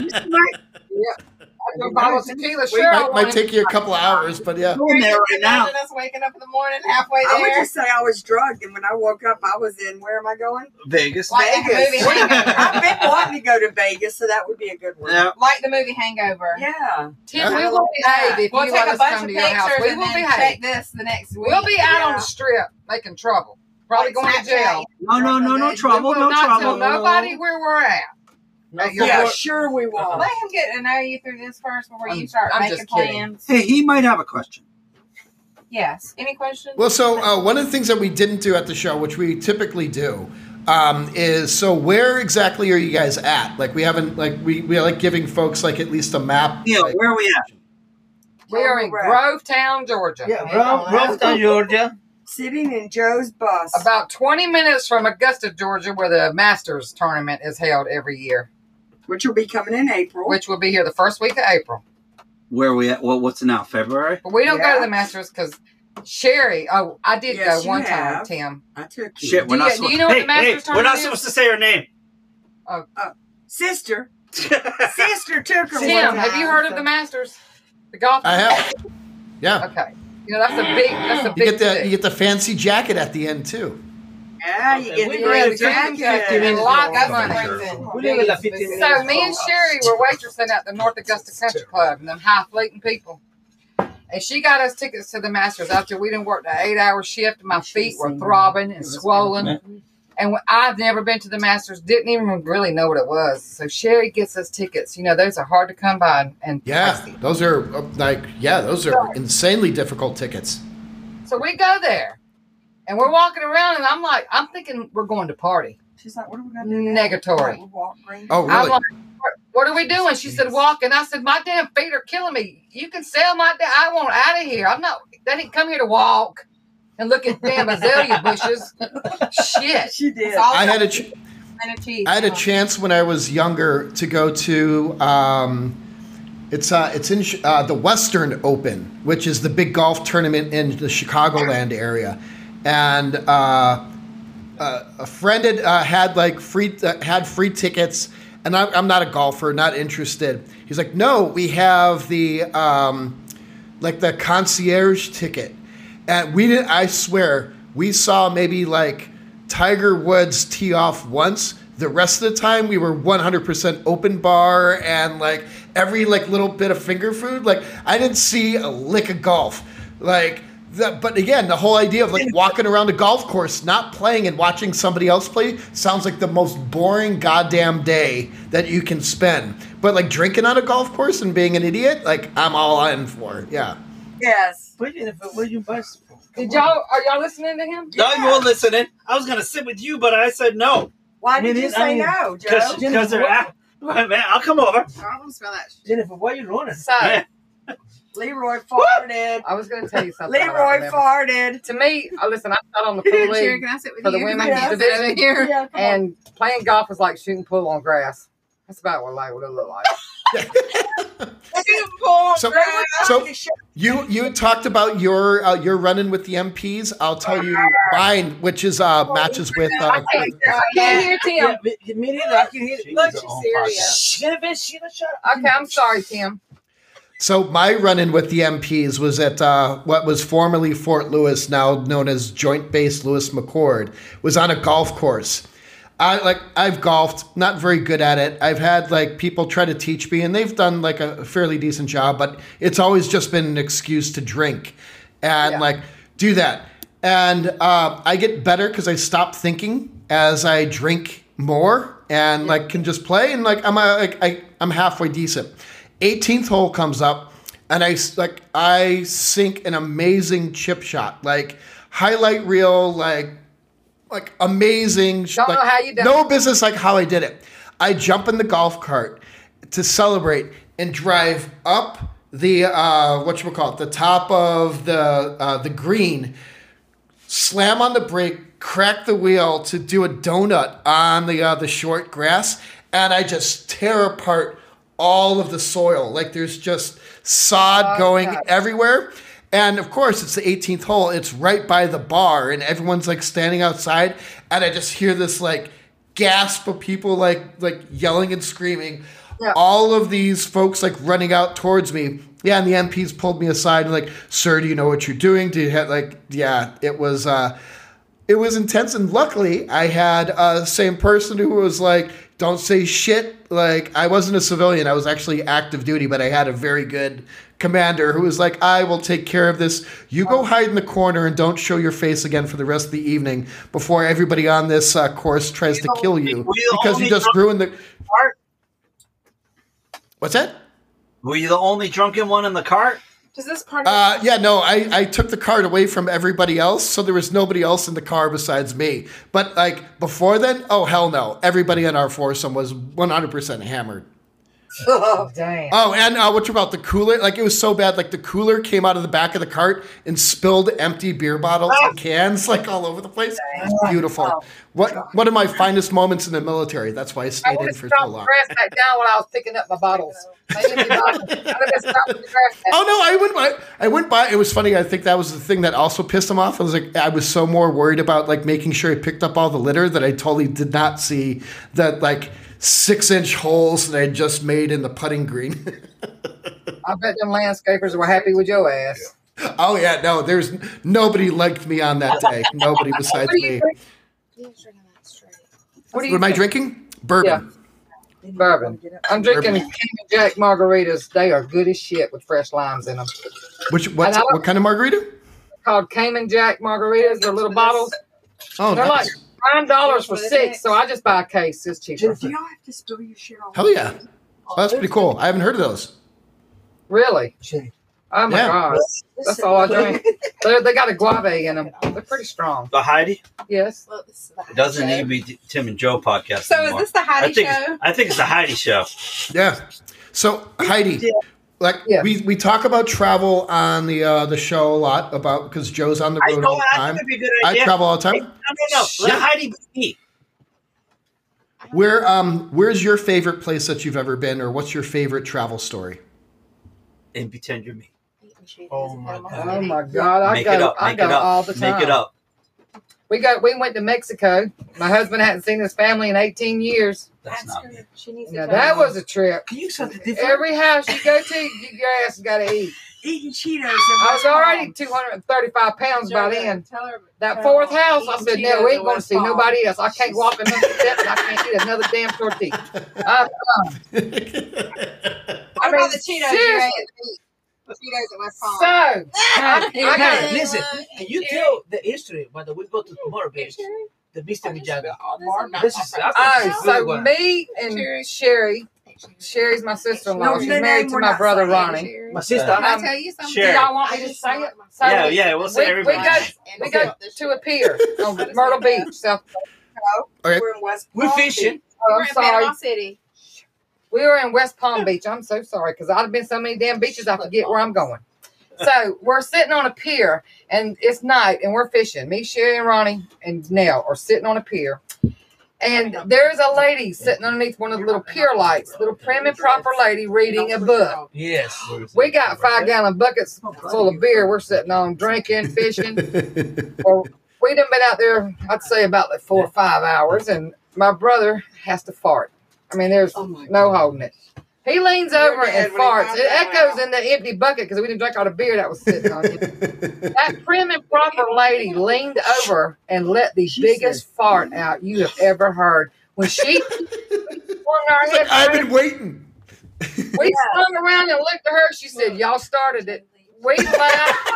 [SPEAKER 2] think? I'll go bottle of tequila. Sure, I
[SPEAKER 4] Might, might
[SPEAKER 2] want it.
[SPEAKER 4] take you a couple hours, but yeah.
[SPEAKER 1] Go in there right now.
[SPEAKER 3] Imagine us waking up in the morning halfway
[SPEAKER 6] I would
[SPEAKER 3] there.
[SPEAKER 6] just say I was drugged, and when I woke up, I was in. Where am I going?
[SPEAKER 5] Vegas.
[SPEAKER 3] Like that
[SPEAKER 6] Vegas.
[SPEAKER 3] movie Hangover.
[SPEAKER 6] I've been wanting to go to Vegas, so that would be a good one.
[SPEAKER 5] Yeah.
[SPEAKER 3] like the movie Hangover.
[SPEAKER 6] Yeah.
[SPEAKER 2] Tim, we will behave if
[SPEAKER 3] we'll
[SPEAKER 2] you
[SPEAKER 3] take
[SPEAKER 2] let
[SPEAKER 3] a
[SPEAKER 2] us
[SPEAKER 3] bunch
[SPEAKER 2] come
[SPEAKER 3] of
[SPEAKER 2] to
[SPEAKER 3] pictures
[SPEAKER 2] your house. We
[SPEAKER 3] and
[SPEAKER 2] will
[SPEAKER 3] then
[SPEAKER 2] behave.
[SPEAKER 3] check this the next week.
[SPEAKER 2] We'll be out on
[SPEAKER 6] Yeah.
[SPEAKER 2] the strip making trouble. Probably
[SPEAKER 3] Like
[SPEAKER 2] going to
[SPEAKER 3] Snapchat.
[SPEAKER 2] jail.
[SPEAKER 5] No, no, no, no
[SPEAKER 2] We
[SPEAKER 5] trouble,
[SPEAKER 2] will
[SPEAKER 5] no
[SPEAKER 2] not
[SPEAKER 5] trouble.
[SPEAKER 2] Tell
[SPEAKER 5] no, no, no.
[SPEAKER 2] nobody where we're at.
[SPEAKER 5] No,
[SPEAKER 2] Yeah,
[SPEAKER 6] Yeah,
[SPEAKER 5] yeah.
[SPEAKER 6] sure we will.
[SPEAKER 2] Uh-huh.
[SPEAKER 3] Let him get to know you through this first before
[SPEAKER 2] I'm-
[SPEAKER 3] you start
[SPEAKER 2] I'm
[SPEAKER 3] making
[SPEAKER 2] just kidding.
[SPEAKER 3] plans.
[SPEAKER 5] Hey, he might have a question.
[SPEAKER 3] Yes. Any questions?
[SPEAKER 4] Well, so uh, one of the things that we didn't do at the show, which we typically do, um, is so where exactly are you guys at? Like we haven't like we we like giving folks like at least a map.
[SPEAKER 5] Yeah,
[SPEAKER 4] like-
[SPEAKER 5] where are we at?
[SPEAKER 2] We are in
[SPEAKER 6] Correct.
[SPEAKER 2] Grovetown, Georgia.
[SPEAKER 1] Yeah, Rome, Rome, Georgia.
[SPEAKER 6] Sitting in Joe's bus.
[SPEAKER 2] About 20 minutes from Augusta, Georgia, where the Masters tournament is held every year,
[SPEAKER 6] which will be coming in April.
[SPEAKER 2] which will be here the first week of April.
[SPEAKER 5] Where are we at? Well, what's it now? February?
[SPEAKER 2] But we don't go to
[SPEAKER 6] Yeah.
[SPEAKER 2] the Masters because Sherry, oh, I did
[SPEAKER 6] Yes,
[SPEAKER 2] go
[SPEAKER 6] you
[SPEAKER 2] one time,
[SPEAKER 6] have.
[SPEAKER 2] Tim.
[SPEAKER 6] I took you.
[SPEAKER 5] Shit, we're
[SPEAKER 2] do,
[SPEAKER 5] not
[SPEAKER 2] you, do you
[SPEAKER 5] supposed
[SPEAKER 2] know what
[SPEAKER 1] Hey,
[SPEAKER 2] the Masters
[SPEAKER 1] hey, we're
[SPEAKER 2] tournament
[SPEAKER 1] not
[SPEAKER 2] is?
[SPEAKER 1] supposed to say her name.
[SPEAKER 6] Sister. Sister took her.
[SPEAKER 2] Tim,
[SPEAKER 6] one
[SPEAKER 2] have you
[SPEAKER 6] time,
[SPEAKER 2] heard of
[SPEAKER 6] so-
[SPEAKER 2] the Masters? The golf?
[SPEAKER 4] I have. Yeah,
[SPEAKER 2] Okay. You know, that's a big, that's a
[SPEAKER 4] you
[SPEAKER 2] big
[SPEAKER 4] get the you
[SPEAKER 2] thing.
[SPEAKER 4] get the fancy jacket at the end too.
[SPEAKER 6] Yeah, you
[SPEAKER 5] Okay,
[SPEAKER 6] get
[SPEAKER 5] we
[SPEAKER 6] the
[SPEAKER 5] were at
[SPEAKER 6] red
[SPEAKER 5] the
[SPEAKER 6] jacket.
[SPEAKER 5] jacket in
[SPEAKER 2] and lock up
[SPEAKER 3] That's
[SPEAKER 2] on
[SPEAKER 3] what
[SPEAKER 2] it.
[SPEAKER 3] brings in.
[SPEAKER 5] We live in La 15 minutes.
[SPEAKER 2] So me and Sherry were waitressing at the North Augusta Country Club and them high fleeting people. And she got us tickets to the Masters after we didn't work the eight hour shift. My feet were throbbing and swollen. And when- I've never been to the Masters, didn't even really know what it was. So Sherry gets us tickets. You know, those are hard to come by and- and
[SPEAKER 4] Yeah,
[SPEAKER 2] pricey.
[SPEAKER 4] those are uh, like yeah, those are insanely difficult tickets.
[SPEAKER 2] So we go there and we're walking around, and I'm like, I'm thinking we're going to party.
[SPEAKER 6] She's like, what are we going to do? now?
[SPEAKER 2] Negatory.
[SPEAKER 6] We'll walk around.
[SPEAKER 4] Oh
[SPEAKER 2] I'm
[SPEAKER 4] really?
[SPEAKER 2] like, "What- what are we doing? She said, walk. And I said, my damn feet are killing me. You can sell my, da- I want out of here. I'm not, they didn't come here to walk and look at damn azalea bushes. Shit.
[SPEAKER 6] She did.
[SPEAKER 3] It's all
[SPEAKER 4] I had a.
[SPEAKER 3] about
[SPEAKER 4] Ch-
[SPEAKER 3] and a cheese.
[SPEAKER 4] I had a
[SPEAKER 3] Oh.
[SPEAKER 4] chance when I was younger to go to um, it's uh, it's in Chi- uh, the Western Open, which is the big golf tournament in the Chicagoland area, and uh, uh, a friend had uh, had like free uh, had free tickets, and I'm, I'm not a golfer, not interested. He's like, no, we have the um, like the concierge ticket, and we didn't. I swear, we saw maybe like Tiger Woods tee off once. The rest of the time, we were 100% open bar and like every like little bit of finger food. Like I didn't see a lick of golf. Like that, but again, the whole idea of like walking around a golf course, not playing and watching somebody else play, sounds like the most boring goddamn day that you can spend. But like drinking on a golf course and being an idiot, like I'm all in for it. Yeah.
[SPEAKER 6] Yes.
[SPEAKER 5] Put in a wooden bicycle.
[SPEAKER 2] Did y'all, are y'all listening to him?
[SPEAKER 1] No, you're listening. I was gonna sit with you, but I said no
[SPEAKER 6] Why
[SPEAKER 5] I mean,
[SPEAKER 6] did you
[SPEAKER 5] it-
[SPEAKER 6] say
[SPEAKER 5] I mean,
[SPEAKER 6] no, Joe?
[SPEAKER 1] because because they're. at- Man, I'll come over.
[SPEAKER 3] I don't smell that shit.
[SPEAKER 5] Jennifer, why are you running?
[SPEAKER 2] So,
[SPEAKER 1] Man,
[SPEAKER 6] Leroy farted.
[SPEAKER 2] I was going to tell you something. I don't
[SPEAKER 6] Leroy
[SPEAKER 2] remember.
[SPEAKER 6] farted.
[SPEAKER 2] To me, oh, listen, I sat on the pool
[SPEAKER 3] Cheer,
[SPEAKER 2] league
[SPEAKER 3] can I sit with
[SPEAKER 2] for the
[SPEAKER 3] you?
[SPEAKER 2] women's
[SPEAKER 6] Yes.
[SPEAKER 2] division here,
[SPEAKER 6] Yeah, come on.
[SPEAKER 2] and playing golf is like shooting pool on grass. That's about what like what it looked like.
[SPEAKER 6] Shoot, porn,
[SPEAKER 4] So-
[SPEAKER 6] girl.
[SPEAKER 4] so- You you talked about your uh, your running with the MPs. I'll tell you mine, which is uh, matches with. Uh,
[SPEAKER 2] I can't hear Tim.
[SPEAKER 5] Yeah, but- me neither. I can hear it.
[SPEAKER 6] Look, she's serious.
[SPEAKER 5] Jennifer, Sheila, shut up.
[SPEAKER 2] Okay, I'm sorry, Tim.
[SPEAKER 4] so my run-in with the MPs was at uh, what was formerly Fort Lewis, now known as Joint Base Lewis McCord, was on a golf course. I like I've golfed, not very good at it. I've had like people try to teach me, and they've done like a fairly decent job, but it's always just been an excuse to drink, and like do that. And uh, I get better because I stop thinking as I drink more, and like can just play, and like I'm uh, like I, I'm halfway decent. 18th hole comes up, and I s- like I sink an amazing chip shot, like highlight reel, like like amazing. sh-
[SPEAKER 2] Don't know
[SPEAKER 4] like,
[SPEAKER 2] how you done
[SPEAKER 4] No business like how I did it. I jump in the golf cart to celebrate and drive up the uh, what you call it, the top of the uh, the green, slam on the brake, crack the wheel to do a donut on the uh, the short grass, and I just tear apart all of the soil. Like there's just sod going
[SPEAKER 2] God.
[SPEAKER 4] everywhere. And of course, it's the 18th hole. It's right by the bar, and everyone's like standing outside. And I just hear this like gasp of people like like yelling and screaming.
[SPEAKER 2] Yeah.
[SPEAKER 4] All of these folks like running out towards me. Yeah, and the MPs pulled me aside and like, "Sir, do you know what you're doing? Do you have like?" Yeah, it was. uh it was intense and luckily i had uh, the same person who was like don't say shit like i wasn't a civilian i was actually active duty but i had a very good commander who was like i will take care of this you go hide in the corner and don't show your face again for the rest of the evening before everybody on this uh, course tries to kill you
[SPEAKER 5] We'll
[SPEAKER 4] because you
[SPEAKER 5] only
[SPEAKER 4] just
[SPEAKER 5] drop
[SPEAKER 4] ruined the
[SPEAKER 5] cart.
[SPEAKER 4] what's that
[SPEAKER 1] Were you the only drunken one in the cart?
[SPEAKER 3] Does this part of
[SPEAKER 4] Uh, yeah, no, I, I took the card away from everybody else, so there was nobody else in the car besides me. But like before then, oh hell no, everybody in our foursome was 100% hammered.
[SPEAKER 2] Damn.
[SPEAKER 4] Oh, and uh, what about the cooler? Like it was so bad, like the cooler came out of the back of the cart and spilled empty beer bottles and cans like all over the place. Beautiful. What one of my finest moments in the military. That's why I
[SPEAKER 2] I
[SPEAKER 4] stayed
[SPEAKER 2] would
[SPEAKER 4] in
[SPEAKER 2] have
[SPEAKER 4] for
[SPEAKER 2] stopped
[SPEAKER 4] so
[SPEAKER 2] the
[SPEAKER 4] long.
[SPEAKER 2] grass back down when I was picking up my bottles. They didn't do that. I would have stopped the grass back.
[SPEAKER 4] Oh no, I went by. I went by. It was funny. I think that was the thing that also pissed him off. I was like, I was so more worried about like making sure I picked up all the litter that I totally did not see that like six inch holes that I just made in the putting green.
[SPEAKER 2] I bet them landscapers were happy with your ass.
[SPEAKER 4] oh yeah, no, there's nobody liked me on that day. Nobody besides
[SPEAKER 2] What do you
[SPEAKER 4] me.
[SPEAKER 2] drink?
[SPEAKER 3] You was drinking that straight.
[SPEAKER 2] What do
[SPEAKER 4] What
[SPEAKER 2] you
[SPEAKER 4] am I
[SPEAKER 2] drink?
[SPEAKER 4] drinking? Bourbon.
[SPEAKER 2] Yeah. Bourbon. I'm drinking King and Jack margaritas. They are good as shit with fresh limes in them.
[SPEAKER 4] Which what's,
[SPEAKER 2] And I don't-
[SPEAKER 4] what kind of margarita?
[SPEAKER 2] Called Cayman Jack margaritas. They're little bottles.
[SPEAKER 4] Oh,
[SPEAKER 2] They're like
[SPEAKER 4] nice.
[SPEAKER 2] nine dollars for six, so I just buy a case. It's cheaper.
[SPEAKER 5] Jennifer,
[SPEAKER 6] don't have to spill your shit all
[SPEAKER 4] hell yeah. Well, that's pretty cool. I haven't heard of those.
[SPEAKER 2] Really?
[SPEAKER 5] Jennifer.
[SPEAKER 2] Oh my
[SPEAKER 4] Yeah.
[SPEAKER 2] god, that's all I drink. They're, they got a guava in them. They're pretty strong.
[SPEAKER 1] The Heidi?
[SPEAKER 2] Yes.
[SPEAKER 3] Well, this is the
[SPEAKER 1] It doesn't
[SPEAKER 3] Heidi
[SPEAKER 1] need to be T- Tim and Joe podcast.
[SPEAKER 3] show. So is
[SPEAKER 1] anymore.
[SPEAKER 3] this the
[SPEAKER 1] I
[SPEAKER 3] Heidi
[SPEAKER 1] think it's-
[SPEAKER 3] show?
[SPEAKER 1] I think it's the Heidi show.
[SPEAKER 4] Yeah. So Heidi, like
[SPEAKER 2] Yeah.
[SPEAKER 4] we, we talk about travel on the uh, the show a lot about because Joe's on the
[SPEAKER 5] I
[SPEAKER 4] road
[SPEAKER 5] know
[SPEAKER 4] all the
[SPEAKER 5] I think
[SPEAKER 4] time.
[SPEAKER 5] it'd be a good
[SPEAKER 4] I
[SPEAKER 5] idea.
[SPEAKER 4] travel all the
[SPEAKER 5] No, no,
[SPEAKER 4] time.
[SPEAKER 5] no. Let
[SPEAKER 4] Yeah.
[SPEAKER 5] Heidi be me.
[SPEAKER 4] Where um where's your favorite place that you've ever been, or what's your favorite travel story?
[SPEAKER 1] And pretend you're me.
[SPEAKER 5] Oh my God.
[SPEAKER 2] Oh my god, I
[SPEAKER 1] Make
[SPEAKER 2] go.
[SPEAKER 1] it up.
[SPEAKER 2] I
[SPEAKER 1] Make
[SPEAKER 2] go
[SPEAKER 1] it up.
[SPEAKER 2] all the time.
[SPEAKER 1] Make it up.
[SPEAKER 2] We go. We went to Mexico. My husband hadn't seen his family in 18 years.
[SPEAKER 1] That's
[SPEAKER 3] Ask
[SPEAKER 1] not
[SPEAKER 3] her
[SPEAKER 1] me.
[SPEAKER 3] if She needs to
[SPEAKER 2] Now
[SPEAKER 3] tell
[SPEAKER 2] that
[SPEAKER 3] me.
[SPEAKER 2] was a trip.
[SPEAKER 5] Can you something different?
[SPEAKER 2] Every house you go to, you, your ass got to eat.
[SPEAKER 6] Eating Cheetos.
[SPEAKER 2] I was already 235 pounds by then.
[SPEAKER 3] Tell her
[SPEAKER 2] That fourth house, I said, no, we ain't going to see nobody else. I can't walk another step. and I can't eat another damn tortilla. I'm done.
[SPEAKER 3] What
[SPEAKER 2] I
[SPEAKER 3] about
[SPEAKER 2] mean,
[SPEAKER 3] the Cheetos you ate at
[SPEAKER 2] seriously.
[SPEAKER 3] the beach? Cheetos at West Palm.
[SPEAKER 2] So,
[SPEAKER 5] Hey, hey,
[SPEAKER 2] I got
[SPEAKER 5] hey,
[SPEAKER 2] it.
[SPEAKER 5] listen, can you tell the history when we go to tomorrow beach, the Mr. Mijada? This is
[SPEAKER 2] oh,
[SPEAKER 5] a
[SPEAKER 2] so me and Sherry, Sherry's my sister-in-law.
[SPEAKER 6] No,
[SPEAKER 2] She's
[SPEAKER 6] no, no,
[SPEAKER 2] married to
[SPEAKER 6] we're
[SPEAKER 2] my
[SPEAKER 6] not
[SPEAKER 2] brother
[SPEAKER 6] saying
[SPEAKER 2] Ronnie. Um,
[SPEAKER 5] my sister.
[SPEAKER 3] Can I tell you something?
[SPEAKER 1] Sherry.
[SPEAKER 2] Y'all want me
[SPEAKER 3] I
[SPEAKER 2] to
[SPEAKER 3] just
[SPEAKER 2] say
[SPEAKER 3] saw
[SPEAKER 2] it?
[SPEAKER 3] my-
[SPEAKER 2] So
[SPEAKER 1] Yeah, yeah. We'll say
[SPEAKER 2] we- we
[SPEAKER 1] everybody.
[SPEAKER 2] got-
[SPEAKER 3] And
[SPEAKER 2] We go to a pier on Myrtle Beach, South.
[SPEAKER 4] Okay.
[SPEAKER 6] We're in West
[SPEAKER 5] We're
[SPEAKER 6] Palm
[SPEAKER 5] fishing.
[SPEAKER 6] Beach.
[SPEAKER 2] Oh,
[SPEAKER 3] We're
[SPEAKER 2] I'm
[SPEAKER 3] in Panama
[SPEAKER 2] sorry.
[SPEAKER 3] City.
[SPEAKER 2] We were in West Palm Beach. I'm so sorry because I've been so many damn beaches I forget where I'm going. So we're sitting on a pier and it's night and we're fishing. Me, Sherry, and Ronnie and Nell are sitting on a pier. And there's a lady sitting underneath one of the little pier lights, little prim and proper lady reading a book.
[SPEAKER 5] Yes.
[SPEAKER 2] We got five gallon buckets full of beer. We're sitting on drinking, fishing. Well, we done been out there, I'd say about like four or five hours, and my brother has to fart. I mean, there's
[SPEAKER 5] Oh
[SPEAKER 2] no holding it. He leans over
[SPEAKER 7] You're dead
[SPEAKER 2] and
[SPEAKER 7] when he
[SPEAKER 2] farts.
[SPEAKER 7] finds
[SPEAKER 2] It
[SPEAKER 7] out.
[SPEAKER 2] echoes in the empty bucket because we didn't drink all the beer that was sitting on it. That prim and proper lady leaned over and let the biggest fart out you have ever heard. When she swung our head,
[SPEAKER 4] I've
[SPEAKER 2] around,
[SPEAKER 4] been waiting.
[SPEAKER 2] we swung around and looked at her. She said, "Y'all started it." We laughed.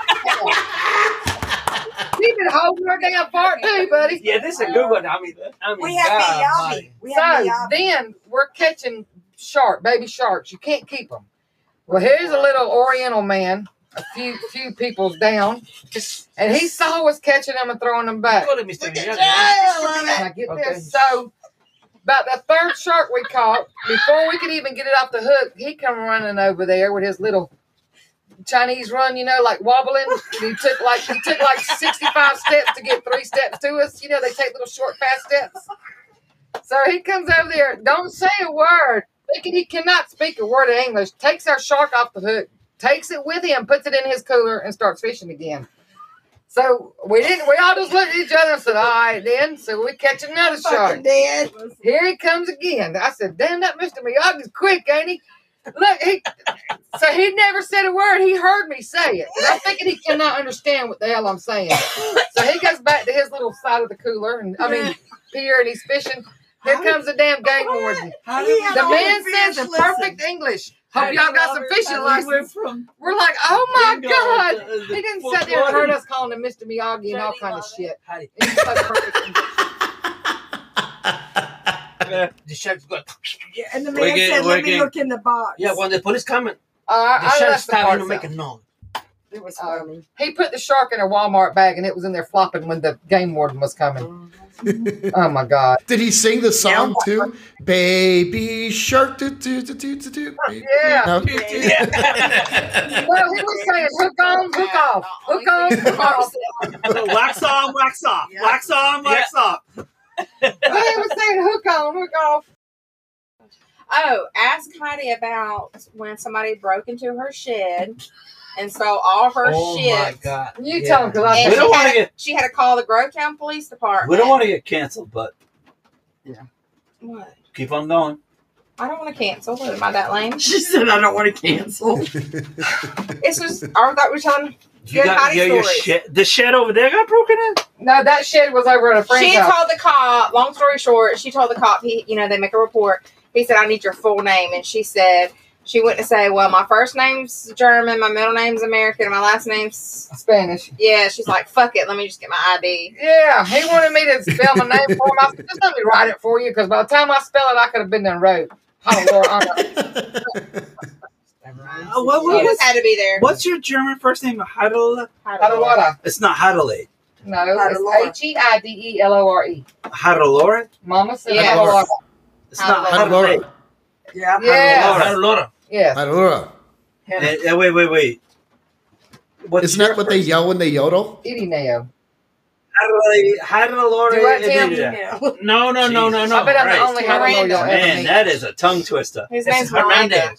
[SPEAKER 2] We've been holding her damn fart too, buddy.
[SPEAKER 5] Yeah, this is a good one. I mean, I mean,
[SPEAKER 7] We have
[SPEAKER 5] God
[SPEAKER 7] Miyabi.
[SPEAKER 5] almighty.
[SPEAKER 7] We have
[SPEAKER 2] So
[SPEAKER 7] Miyabi.
[SPEAKER 2] then we're catching shark, baby sharks. You can't keep them. Well, here's a little Oriental man, a few few people's down, and he saw us catching them and throwing them back.
[SPEAKER 5] Call it Mr. Miyagi.
[SPEAKER 2] And I get
[SPEAKER 5] Okay.
[SPEAKER 2] this. So about the third shark we caught, before we could even get it off the hook, he come running over there with his little Chinese run, you know, like wobbling. He took like he took like sixty five steps to get three steps to us. You know, they take little short fast steps. So he comes over there, don't say a word, thinking he cannot speak a word of English, takes our shark off the hook, takes it with him, puts it in his cooler, and starts fishing again. So we didn't. We all just looked at each other and said, "All right, then." So we catch another shark.
[SPEAKER 7] Fucking dead.
[SPEAKER 2] Here he comes again. I said, "Damn that Mister Miyagi's quick, ain't he?" Look, he. So he never said a word. He heard me say it. And I'm thinking he cannot understand what the hell I'm saying. So he goes back to his little side of the cooler, and I mean pier, and he's fishing. Here comes the damn game warden.
[SPEAKER 5] How
[SPEAKER 7] He had
[SPEAKER 2] The
[SPEAKER 7] all
[SPEAKER 2] man
[SPEAKER 7] fish
[SPEAKER 2] says in
[SPEAKER 7] listen.
[SPEAKER 2] perfect English. Hope y'all got some fishing license.
[SPEAKER 5] from
[SPEAKER 2] We're like, oh my
[SPEAKER 5] Bingo,
[SPEAKER 2] god.
[SPEAKER 5] the- the
[SPEAKER 2] He didn't
[SPEAKER 5] fourth
[SPEAKER 2] sit there and heard
[SPEAKER 5] one.
[SPEAKER 2] us calling him Mr. Miyagi and all
[SPEAKER 6] Johnny
[SPEAKER 2] kind of
[SPEAKER 6] Lovett.
[SPEAKER 2] shit.
[SPEAKER 5] How did-
[SPEAKER 2] It was so perfect.
[SPEAKER 5] The sheriff's got.
[SPEAKER 7] Yeah, and the
[SPEAKER 8] We're
[SPEAKER 7] man
[SPEAKER 8] getting-
[SPEAKER 7] said,
[SPEAKER 8] we're
[SPEAKER 7] "Let me
[SPEAKER 8] getting-
[SPEAKER 7] look in the box."
[SPEAKER 5] Yeah, when the police come, in,
[SPEAKER 2] Uh,
[SPEAKER 5] the
[SPEAKER 2] I
[SPEAKER 5] sheriff
[SPEAKER 2] left the
[SPEAKER 5] started to
[SPEAKER 2] parts
[SPEAKER 5] make a
[SPEAKER 2] out.
[SPEAKER 5] noise.
[SPEAKER 7] it was
[SPEAKER 2] Oh.
[SPEAKER 7] funny.
[SPEAKER 2] He put the shark in a Walmart bag and it was in there flopping when the game warden was coming.
[SPEAKER 4] Did
[SPEAKER 2] Oh my god.
[SPEAKER 4] he sing the song too? Baby shark, do do do do do do.
[SPEAKER 2] Yeah.
[SPEAKER 4] No?
[SPEAKER 2] Well, he was saying hook on, hook off, hook on, hook off.
[SPEAKER 1] wax on, wax off.
[SPEAKER 7] Yeah.
[SPEAKER 1] Wax on, wax off.
[SPEAKER 2] He was saying hook on, hook off.
[SPEAKER 6] Oh, ask Heidi about when somebody broke into her shed and stole all her
[SPEAKER 5] oh my
[SPEAKER 6] shit.
[SPEAKER 5] god!
[SPEAKER 2] You
[SPEAKER 5] Yeah.
[SPEAKER 2] tell him because I
[SPEAKER 6] And
[SPEAKER 5] We
[SPEAKER 6] she,
[SPEAKER 5] don't
[SPEAKER 2] said,
[SPEAKER 5] wanna
[SPEAKER 6] had,
[SPEAKER 5] get-
[SPEAKER 6] she had to call the Grovetown Police Department.
[SPEAKER 1] We don't want to get canceled, but
[SPEAKER 6] What?
[SPEAKER 1] keep on going.
[SPEAKER 6] I don't want to cancel. What am I that lame?
[SPEAKER 7] She said, "I don't want to cancel."
[SPEAKER 6] It's just I thought we were trying.
[SPEAKER 1] You
[SPEAKER 6] Good
[SPEAKER 1] got
[SPEAKER 6] potty
[SPEAKER 1] yeah, your
[SPEAKER 6] stories.
[SPEAKER 1] shed. The shed over there got broken in.
[SPEAKER 2] no, that shed was over at a friend's
[SPEAKER 6] She
[SPEAKER 2] house.
[SPEAKER 6] told the cop. Long story short, she told the cop. He, you know, they make a report. He said, "I need your full name," and she said. She went to say, "Well, my first name's German, my middle name's American, and my last name's
[SPEAKER 2] Spanish.
[SPEAKER 6] yeah." She's like, "Fuck it, let me just get my ID."
[SPEAKER 2] Yeah, he wanted me to spell my name for him. I said, just let me write it for you because by the time I spell it, I could have been done wrote. Oh, Lord, I'm not-
[SPEAKER 1] Uh, what,
[SPEAKER 6] You
[SPEAKER 1] what,
[SPEAKER 6] just had
[SPEAKER 1] what's,
[SPEAKER 6] to be there.
[SPEAKER 1] what's your German first name? Heidel?
[SPEAKER 2] Adelora.
[SPEAKER 1] It's not Heidelade.
[SPEAKER 2] No, it's
[SPEAKER 7] Adelora.
[SPEAKER 2] H E I D E L O R E.
[SPEAKER 1] Heidelore?
[SPEAKER 2] Mama said
[SPEAKER 6] Yes.
[SPEAKER 2] Adelora.
[SPEAKER 1] It's not
[SPEAKER 4] Heidelore.
[SPEAKER 1] Heidelade.
[SPEAKER 7] Yeah.
[SPEAKER 2] Yeah.
[SPEAKER 1] Heidelore.
[SPEAKER 2] Yes.
[SPEAKER 4] Heidelore.
[SPEAKER 1] Heidelore. Uh, uh, wait, wait, wait. What's
[SPEAKER 4] Isn't that
[SPEAKER 1] your
[SPEAKER 4] what they
[SPEAKER 1] first-
[SPEAKER 4] yell when they yodel?
[SPEAKER 2] Diddy Neo.
[SPEAKER 1] Heidelade. Heidelore.
[SPEAKER 2] Do what,
[SPEAKER 1] and
[SPEAKER 2] Tim?
[SPEAKER 1] then- No, no, no, no, Jesus.
[SPEAKER 2] No,
[SPEAKER 1] no.
[SPEAKER 2] I bet I'm
[SPEAKER 1] Christ.
[SPEAKER 2] the only Adelora y'all ever
[SPEAKER 1] Man,
[SPEAKER 2] meet.
[SPEAKER 1] that is a tongue twister.
[SPEAKER 6] His
[SPEAKER 5] This
[SPEAKER 6] name's
[SPEAKER 5] is Hernandez.
[SPEAKER 6] Miranda.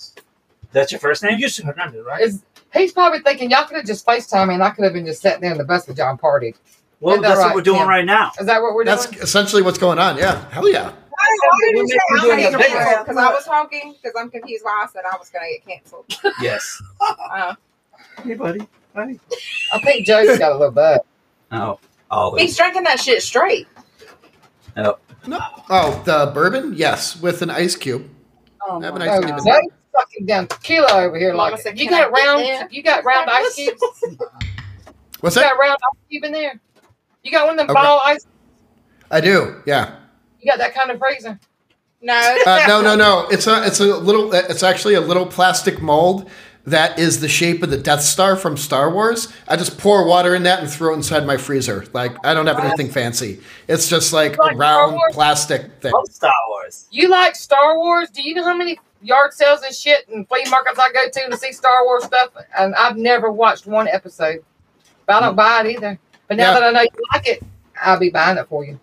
[SPEAKER 1] That's your first
[SPEAKER 5] You
[SPEAKER 1] name?
[SPEAKER 5] used to Hernandez, right?
[SPEAKER 2] Is- He's probably thinking y'all could have just FaceTime me and I could have been just sitting there in the bus with y'all and partied.
[SPEAKER 1] Well,
[SPEAKER 2] Is that
[SPEAKER 1] that's
[SPEAKER 2] right,
[SPEAKER 1] what we're doing
[SPEAKER 2] Tim?
[SPEAKER 1] right now.
[SPEAKER 2] Is that what we're
[SPEAKER 4] That's
[SPEAKER 2] doing?
[SPEAKER 4] essentially what's going on. Yeah. Hell yeah.
[SPEAKER 6] Why did you say
[SPEAKER 5] We're
[SPEAKER 6] I'm
[SPEAKER 5] doing
[SPEAKER 6] gonna
[SPEAKER 5] a
[SPEAKER 6] get
[SPEAKER 5] big
[SPEAKER 6] canceled? Because I
[SPEAKER 7] one.
[SPEAKER 6] was talking. Because I'm confused why I said I was gonna get canceled.
[SPEAKER 1] Yes.
[SPEAKER 6] Uh,
[SPEAKER 1] Hey, buddy. Hi.
[SPEAKER 2] I think Joe's got a little bug.
[SPEAKER 1] Oh,
[SPEAKER 6] he's
[SPEAKER 1] always.
[SPEAKER 6] drinking that shit straight.
[SPEAKER 4] Oh, the bourbon? Yes, with an ice cube.
[SPEAKER 7] Oh,
[SPEAKER 4] Have a
[SPEAKER 7] my
[SPEAKER 4] nice
[SPEAKER 2] Oh,
[SPEAKER 4] evening.
[SPEAKER 7] God.
[SPEAKER 2] Joe's fucking down tequila over here
[SPEAKER 6] Mama
[SPEAKER 2] like
[SPEAKER 6] said,
[SPEAKER 2] it. you
[SPEAKER 6] "Can I
[SPEAKER 2] got
[SPEAKER 6] get
[SPEAKER 2] round
[SPEAKER 6] there?"
[SPEAKER 2] you got round ice cubes. You
[SPEAKER 4] What's that?
[SPEAKER 2] got round ice cube in there. You got one of them
[SPEAKER 4] A
[SPEAKER 2] ball ice
[SPEAKER 4] I do. Yeah.
[SPEAKER 2] you got that kind of freezer.
[SPEAKER 6] No,
[SPEAKER 4] Uh, no, no, no. It's a it's a little. uh, It's actually a little plastic mold that is the shape of the Death Star from Star Wars. I just pour water in that and throw it inside my freezer. Like I don't have anything fancy. It's just like a
[SPEAKER 2] Like Star
[SPEAKER 4] round
[SPEAKER 2] Wars?
[SPEAKER 1] Oh,
[SPEAKER 9] Oh,
[SPEAKER 4] plastic thing.
[SPEAKER 1] Love Star Wars.
[SPEAKER 2] You like Star Wars? Do you know how many yard sales and shit and flea markets I go to to see Star Wars stuff, and I've never watched one episode. But I don't buy it either. But now
[SPEAKER 4] Yeah.
[SPEAKER 2] that I know you like it, I'll be buying it for you.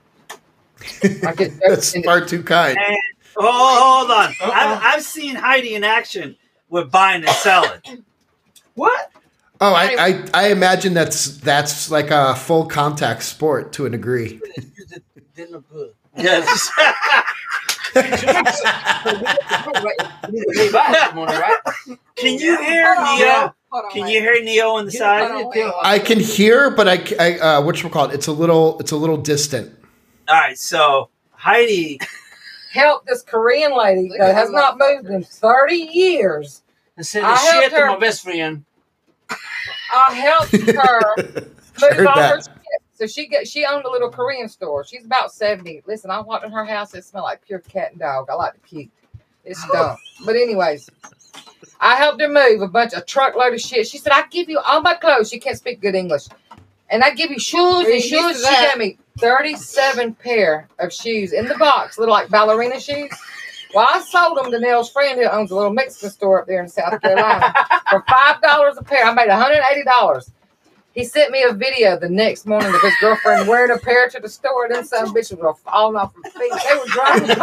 [SPEAKER 2] I get
[SPEAKER 4] That's far too kind.
[SPEAKER 9] Oh, hold on. I've, I've seen Heidi in action with buying and selling.
[SPEAKER 5] What?
[SPEAKER 4] Oh, I, I, I imagine that's that's like a full contact sport to a degree.
[SPEAKER 5] They look good.
[SPEAKER 9] Yes.
[SPEAKER 5] You need to pay back this morning, right?
[SPEAKER 9] Can you hear
[SPEAKER 6] Hold on,
[SPEAKER 9] Neo?
[SPEAKER 6] Hold on,
[SPEAKER 9] Can
[SPEAKER 6] wait.
[SPEAKER 9] you hear Neo on the
[SPEAKER 5] You
[SPEAKER 9] side?
[SPEAKER 5] need
[SPEAKER 9] All
[SPEAKER 5] to tell-
[SPEAKER 4] I can hear, but I, ca- I uh, what call it? It's a little it's a little distant.
[SPEAKER 9] right. So Heidi,
[SPEAKER 2] help this Korean lady that has not moved in 30 years.
[SPEAKER 5] I said
[SPEAKER 2] I
[SPEAKER 5] the shit
[SPEAKER 2] helped
[SPEAKER 5] to
[SPEAKER 2] her.
[SPEAKER 5] my best friend.
[SPEAKER 2] I helped her
[SPEAKER 4] Heard
[SPEAKER 2] move all her
[SPEAKER 4] that.
[SPEAKER 2] shit. So she got, she owned a little Korean store. She's about 70. Listen, I walked in her house. It smelled like pure cat and dog. I like to puke. It's
[SPEAKER 4] Oh.
[SPEAKER 2] dumb. But anyways, I helped her move a bunch of truckload of shit. She said, I give you all my clothes. She can't speak good English. And I give you shoes
[SPEAKER 6] Are you
[SPEAKER 2] and
[SPEAKER 6] used
[SPEAKER 2] shoes.
[SPEAKER 6] to
[SPEAKER 2] She
[SPEAKER 6] that?
[SPEAKER 2] gave me 37 pair of shoes in the box, little like ballerina shoes. Well, I sold them to Nell's friend who owns a little Mexican store up there in South Carolina for five dollars a pair. I made $180. He sent me a video the next morning of his girlfriend wearing a pair to the store, and then some bitches were falling off her feet. They were dry rotted.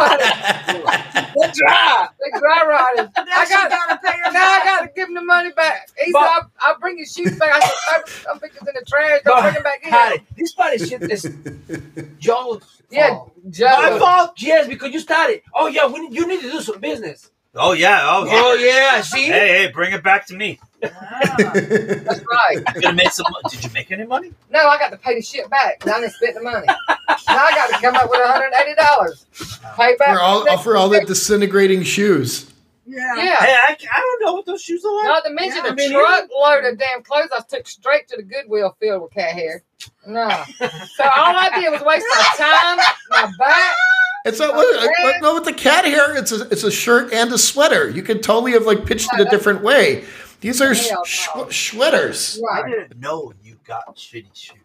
[SPEAKER 2] They're dry. They're dry rotted.
[SPEAKER 6] Now
[SPEAKER 2] I
[SPEAKER 6] she
[SPEAKER 2] got
[SPEAKER 6] gotta pay her
[SPEAKER 2] now I
[SPEAKER 6] back.
[SPEAKER 2] gotta give him the money back. He
[SPEAKER 5] But-
[SPEAKER 2] said, I'll, I'll bring your shoes back. I said, "Throw them bitches in the trash. Don't
[SPEAKER 5] But-
[SPEAKER 2] bring them back in.
[SPEAKER 5] Heidi, this body shit is Joe's
[SPEAKER 2] Yeah,
[SPEAKER 5] fault. My
[SPEAKER 2] Joe.
[SPEAKER 5] fault? Yes, because you started. Oh yeah, we, you need to do some business.
[SPEAKER 9] oh yeah, oh yeah.
[SPEAKER 5] Oh yeah, see?
[SPEAKER 9] Hey, hey, bring it back to me.
[SPEAKER 2] That's right.
[SPEAKER 9] I'm gonna make some. Did you make any money?
[SPEAKER 2] No, I got to pay the shit back. 'cause I didn't spend the money. now I got to come up with $180. Pay back.
[SPEAKER 4] for all for all the disintegrating shoes.
[SPEAKER 6] Yeah.
[SPEAKER 2] Yeah.
[SPEAKER 9] Hey, I, I don't know what those shoes are like.
[SPEAKER 2] Not to mention
[SPEAKER 6] Yeah,
[SPEAKER 2] the
[SPEAKER 6] I mean,
[SPEAKER 2] truckload of damn clothes I took straight to the Goodwill filled with cat hair. No. So all I did was waste my time, my back.
[SPEAKER 4] It's not what, what- no with the cat hair. It's a it's a shirt and a sweater. You could totally have like pitched it a different way. These are sh-
[SPEAKER 2] Hell
[SPEAKER 4] sh-
[SPEAKER 2] no.
[SPEAKER 4] sweaters.
[SPEAKER 9] I
[SPEAKER 2] Right.
[SPEAKER 9] didn't know you got shitty shoes.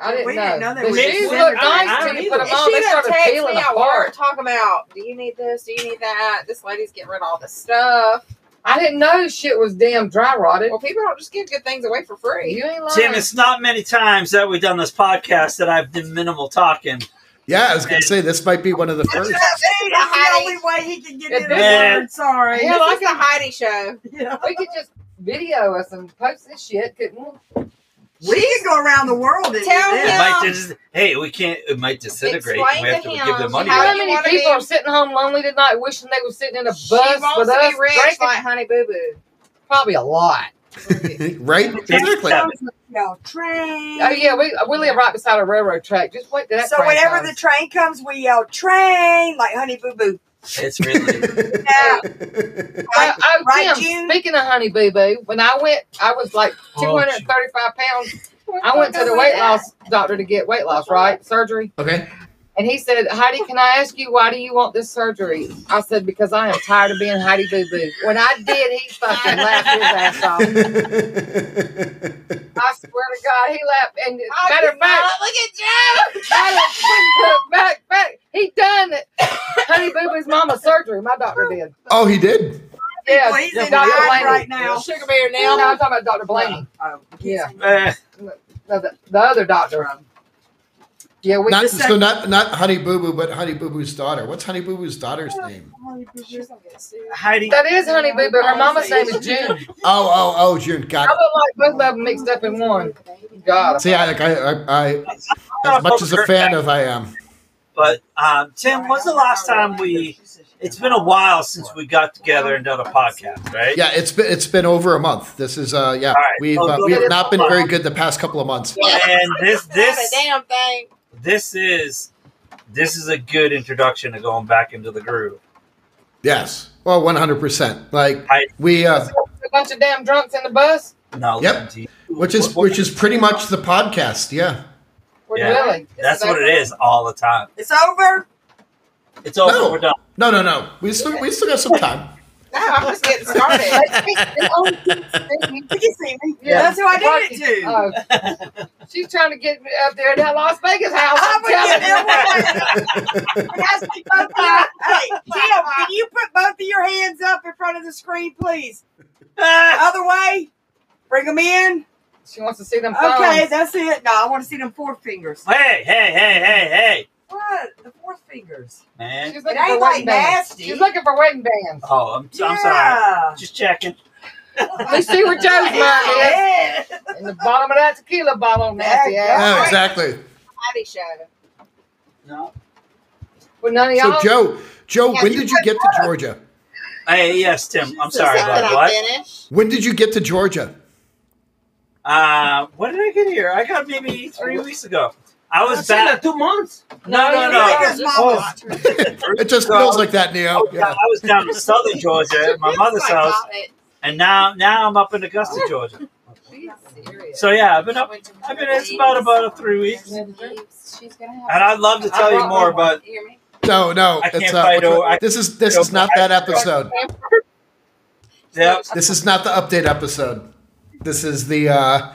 [SPEAKER 2] I didn't,
[SPEAKER 6] We
[SPEAKER 2] know.
[SPEAKER 6] didn't know they
[SPEAKER 2] The
[SPEAKER 6] were
[SPEAKER 2] shoes
[SPEAKER 6] disintegrating.
[SPEAKER 2] looked
[SPEAKER 5] I
[SPEAKER 2] nice
[SPEAKER 5] don't
[SPEAKER 2] till you put
[SPEAKER 5] either.
[SPEAKER 2] them
[SPEAKER 3] If
[SPEAKER 2] on.
[SPEAKER 3] she
[SPEAKER 2] They
[SPEAKER 3] done
[SPEAKER 2] started
[SPEAKER 3] text
[SPEAKER 2] peeling
[SPEAKER 3] me at work,
[SPEAKER 2] apart.
[SPEAKER 3] talk about, do you need this? Do you need that? This lady's getting rid of all this stuff.
[SPEAKER 2] I didn't know shit was damn dry rotted.
[SPEAKER 3] Well, people don't just give good things away for free.
[SPEAKER 2] You ain't lying.
[SPEAKER 9] Tim, it's not many times that we've done this podcast that I've done minimal talking.
[SPEAKER 4] Yeah, I was gonna say this might be one of the first.
[SPEAKER 6] Hey, that's the only way he can get
[SPEAKER 2] Yeah,
[SPEAKER 6] in the
[SPEAKER 9] this-
[SPEAKER 6] word. Sorry.
[SPEAKER 2] Yeah,
[SPEAKER 3] This
[SPEAKER 2] like
[SPEAKER 3] is the Heidi show.
[SPEAKER 6] Yeah.
[SPEAKER 2] we could just video us and post this shit, couldn't we?
[SPEAKER 6] We can go around the world. and do
[SPEAKER 3] Tell
[SPEAKER 6] this.
[SPEAKER 9] It
[SPEAKER 3] him.
[SPEAKER 9] might just, hey, we can't. It might disintegrate. and we have to
[SPEAKER 3] Explain to
[SPEAKER 9] give the
[SPEAKER 3] him
[SPEAKER 9] money
[SPEAKER 3] how
[SPEAKER 2] How
[SPEAKER 9] back.
[SPEAKER 3] you
[SPEAKER 2] many
[SPEAKER 3] wanna
[SPEAKER 2] people
[SPEAKER 3] be-
[SPEAKER 2] are sitting home lonely tonight wishing they were sitting in a bus
[SPEAKER 3] She
[SPEAKER 2] with
[SPEAKER 3] wants to
[SPEAKER 2] us?
[SPEAKER 3] be rich
[SPEAKER 2] drinking?
[SPEAKER 3] like Honey Boo Boo.
[SPEAKER 2] Probably a lot.
[SPEAKER 4] right? Exactly.
[SPEAKER 6] Yeah, train.
[SPEAKER 2] Oh yeah, we we live right beside a railroad track. Just wait till that.
[SPEAKER 6] So
[SPEAKER 2] train
[SPEAKER 6] whenever
[SPEAKER 2] comes.
[SPEAKER 6] the train comes, we yell train like Honey Boo Boo.
[SPEAKER 9] It's really.
[SPEAKER 6] Yeah.
[SPEAKER 2] Oh, oh,
[SPEAKER 6] Right,
[SPEAKER 2] Tim,
[SPEAKER 6] June?
[SPEAKER 2] speaking of honey boo boo, when I went, I was like
[SPEAKER 5] Oh,
[SPEAKER 2] 235 pounds. I went to the weight loss doctor to get weight loss, right? Surgery.
[SPEAKER 4] Okay.
[SPEAKER 2] And he said, Heidi, can I ask you why do you want this surgery? I said, because I am tired of being Heidi Boo Boo. When I did, he fucking laughed his ass off. I swear to God, he laughed. And matter of fact,
[SPEAKER 3] look at Joe.
[SPEAKER 2] matter of fact, fact, he done it. Honey Boo Boo's mama surgery. My doctor did.
[SPEAKER 4] oh, he did.
[SPEAKER 2] Yeah,
[SPEAKER 6] Well, he's
[SPEAKER 5] yeah,
[SPEAKER 6] in
[SPEAKER 5] well, you're
[SPEAKER 6] line
[SPEAKER 2] blaming-
[SPEAKER 6] right now.
[SPEAKER 3] Sugar bear
[SPEAKER 2] No,
[SPEAKER 3] now.
[SPEAKER 2] I'm talking about Dr. Blaney.
[SPEAKER 6] Oh,
[SPEAKER 2] Yeah.
[SPEAKER 9] Eh,
[SPEAKER 2] No, the, the other doctor. Yeah, we
[SPEAKER 4] Not,
[SPEAKER 2] just
[SPEAKER 4] so not not Honey Boo Boo, but Honey Boo Boo's daughter. What's Honey Boo Boo's daughter's name?
[SPEAKER 3] She's gonna get sued.
[SPEAKER 9] Heidi,
[SPEAKER 2] that is Honey Boo Boo. Her mama's name is June.
[SPEAKER 4] Oh, oh, oh, June.
[SPEAKER 2] I
[SPEAKER 4] Got it.
[SPEAKER 2] would like both of them mixed up in one. God.
[SPEAKER 4] See, I, like, I, I, I, as much as a fan of I am.
[SPEAKER 9] but um, Tim, when's the last time we? It's been a while since we got together and done a podcast, right?
[SPEAKER 4] Yeah, it's been it's been over a month. This is uh, yeah,
[SPEAKER 9] All right.
[SPEAKER 4] we've
[SPEAKER 9] Oh,
[SPEAKER 4] uh,
[SPEAKER 9] go
[SPEAKER 4] we've
[SPEAKER 9] ahead.
[SPEAKER 4] not been very good the past couple of months.
[SPEAKER 9] And this,
[SPEAKER 3] Not a
[SPEAKER 9] this,
[SPEAKER 3] damn thing.
[SPEAKER 9] this is, this is a good introduction to going back into the groove.
[SPEAKER 4] Yes, well, one hundred percent. Like
[SPEAKER 9] I-
[SPEAKER 4] we, uh,
[SPEAKER 2] A bunch of damn drunks in the bus.
[SPEAKER 9] No,
[SPEAKER 4] Yep.
[SPEAKER 9] listen to you.
[SPEAKER 4] which is which is pretty much the podcast. Yeah.
[SPEAKER 2] We're
[SPEAKER 9] Yeah.
[SPEAKER 2] Really?
[SPEAKER 9] That's what it is all the time.
[SPEAKER 6] It's over.
[SPEAKER 9] It's over.
[SPEAKER 4] No.
[SPEAKER 9] We're done.
[SPEAKER 4] No, no, no. We still we still got some time.
[SPEAKER 3] No, I'm just getting started.
[SPEAKER 6] Did you see me?
[SPEAKER 2] Yeah.
[SPEAKER 6] That's who I did it to.
[SPEAKER 2] Oh. she's trying to get me up there in that Las Vegas house.
[SPEAKER 6] I
[SPEAKER 2] I'm
[SPEAKER 6] would get
[SPEAKER 2] telling you.
[SPEAKER 6] That's both of your- hey, Tim, can you put both of your hands up in front of the screen, please? Other way. Bring them in.
[SPEAKER 2] She wants to see them.
[SPEAKER 6] Okay,
[SPEAKER 2] thumbs.
[SPEAKER 6] that's it. No, I want to see them four fingers.
[SPEAKER 9] hey, hey, hey, hey, hey,
[SPEAKER 6] What? The four fingers.
[SPEAKER 9] man.
[SPEAKER 2] She's
[SPEAKER 6] It
[SPEAKER 2] looking for
[SPEAKER 6] ain't like
[SPEAKER 2] wedding bands.
[SPEAKER 6] nasty.
[SPEAKER 2] She's looking for wedding bands.
[SPEAKER 9] Oh, I'm, I'm sorry.
[SPEAKER 6] Yeah.
[SPEAKER 9] Just checking.
[SPEAKER 2] We see where Joe's mouth
[SPEAKER 6] Yeah.
[SPEAKER 2] is. In the bottom of that tequila bottle, nasty ass.
[SPEAKER 4] Yeah, exactly.
[SPEAKER 3] Patty show.
[SPEAKER 9] No.
[SPEAKER 2] With none of
[SPEAKER 4] So
[SPEAKER 2] y'all.
[SPEAKER 4] Joe, Joe,
[SPEAKER 3] Yeah,
[SPEAKER 4] when
[SPEAKER 3] you
[SPEAKER 4] did you get to Georgia?
[SPEAKER 9] Hey, yes, Tim. I'm sorry,
[SPEAKER 3] Something
[SPEAKER 9] bud.
[SPEAKER 3] I
[SPEAKER 9] What?
[SPEAKER 3] finished.
[SPEAKER 4] When did you get to Georgia?
[SPEAKER 9] Uh, what did I get here? I got maybe three weeks ago. I was
[SPEAKER 5] Sheila,
[SPEAKER 9] back.
[SPEAKER 5] two months.
[SPEAKER 9] No, no,
[SPEAKER 6] Because
[SPEAKER 9] no.
[SPEAKER 6] mama-
[SPEAKER 9] Oh,
[SPEAKER 4] It just
[SPEAKER 9] No.
[SPEAKER 4] feels like that, Neo.
[SPEAKER 9] oh,
[SPEAKER 4] Yeah.
[SPEAKER 9] I was down in southern Georgia at my mother's house, and now now I'm up in Augusta, Georgia. So yeah, I've been up. I've been. It's about about three weeks, and
[SPEAKER 3] She's gonna have.
[SPEAKER 9] I'd love to tell you more, but
[SPEAKER 3] You hear me?
[SPEAKER 4] No, no.
[SPEAKER 9] I can't
[SPEAKER 4] it's,
[SPEAKER 9] fight
[SPEAKER 4] what's-
[SPEAKER 9] over- I-
[SPEAKER 4] this is this is not that episode.
[SPEAKER 9] yeah,
[SPEAKER 4] This is not the update episode. This is the uh,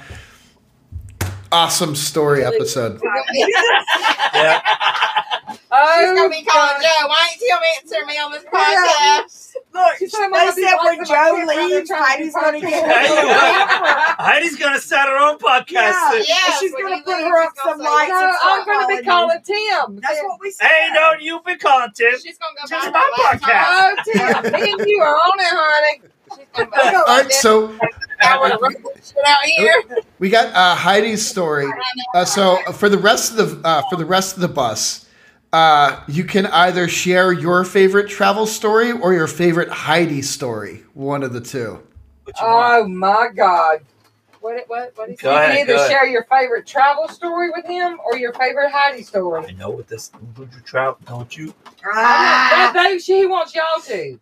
[SPEAKER 4] awesome story episode.
[SPEAKER 3] Oh,
[SPEAKER 9] yeah.
[SPEAKER 3] She's gonna
[SPEAKER 2] Oh,
[SPEAKER 3] be calling Joe. Why ain't you answer me on this podcast?
[SPEAKER 6] Look, they
[SPEAKER 2] She's talking about
[SPEAKER 6] said
[SPEAKER 2] these
[SPEAKER 6] when
[SPEAKER 2] lights
[SPEAKER 6] Joe
[SPEAKER 2] in my
[SPEAKER 6] leaves,
[SPEAKER 2] background,
[SPEAKER 6] Heidi's
[SPEAKER 2] trying
[SPEAKER 6] going
[SPEAKER 2] to
[SPEAKER 6] to
[SPEAKER 2] be
[SPEAKER 6] get
[SPEAKER 9] funny.
[SPEAKER 6] her.
[SPEAKER 9] Heidi's gonna start her own podcast.
[SPEAKER 6] Yeah.
[SPEAKER 9] soon.
[SPEAKER 3] Yes,
[SPEAKER 6] She's
[SPEAKER 3] when
[SPEAKER 6] gonna
[SPEAKER 3] you
[SPEAKER 6] put
[SPEAKER 3] leave,
[SPEAKER 6] her up
[SPEAKER 3] she's gonna
[SPEAKER 6] some
[SPEAKER 3] say,
[SPEAKER 6] lights.
[SPEAKER 2] no, "Oh, I'm going to be calling Tim.
[SPEAKER 6] That's what we said.
[SPEAKER 9] Hey, no, you've been calling Tim.
[SPEAKER 3] She's gonna go
[SPEAKER 9] Just
[SPEAKER 3] buy
[SPEAKER 9] my
[SPEAKER 3] her laptop.
[SPEAKER 9] podcast.
[SPEAKER 2] Oh, Tim, me and you are on it, honey.
[SPEAKER 3] She's gonna buy her
[SPEAKER 4] All right,
[SPEAKER 3] laptop.
[SPEAKER 4] so
[SPEAKER 3] I wanna run this shit out here.
[SPEAKER 4] we got uh, Heidi's story. Uh, so for the rest of the uh, for the rest of the bus, uh, you can either share your favorite travel story or your favorite Heidi story. One of the two.
[SPEAKER 9] What you want?
[SPEAKER 2] Oh, my God. What, what,
[SPEAKER 3] Uh,
[SPEAKER 2] what is
[SPEAKER 9] Go ahead,
[SPEAKER 2] you can
[SPEAKER 9] go
[SPEAKER 2] either
[SPEAKER 9] ahead.
[SPEAKER 2] share your favorite travel story with him or your favorite Heidi story.
[SPEAKER 9] I know what this. Would you trout? Don't you?
[SPEAKER 2] That
[SPEAKER 3] Ah,
[SPEAKER 2] they, she wants y'all to.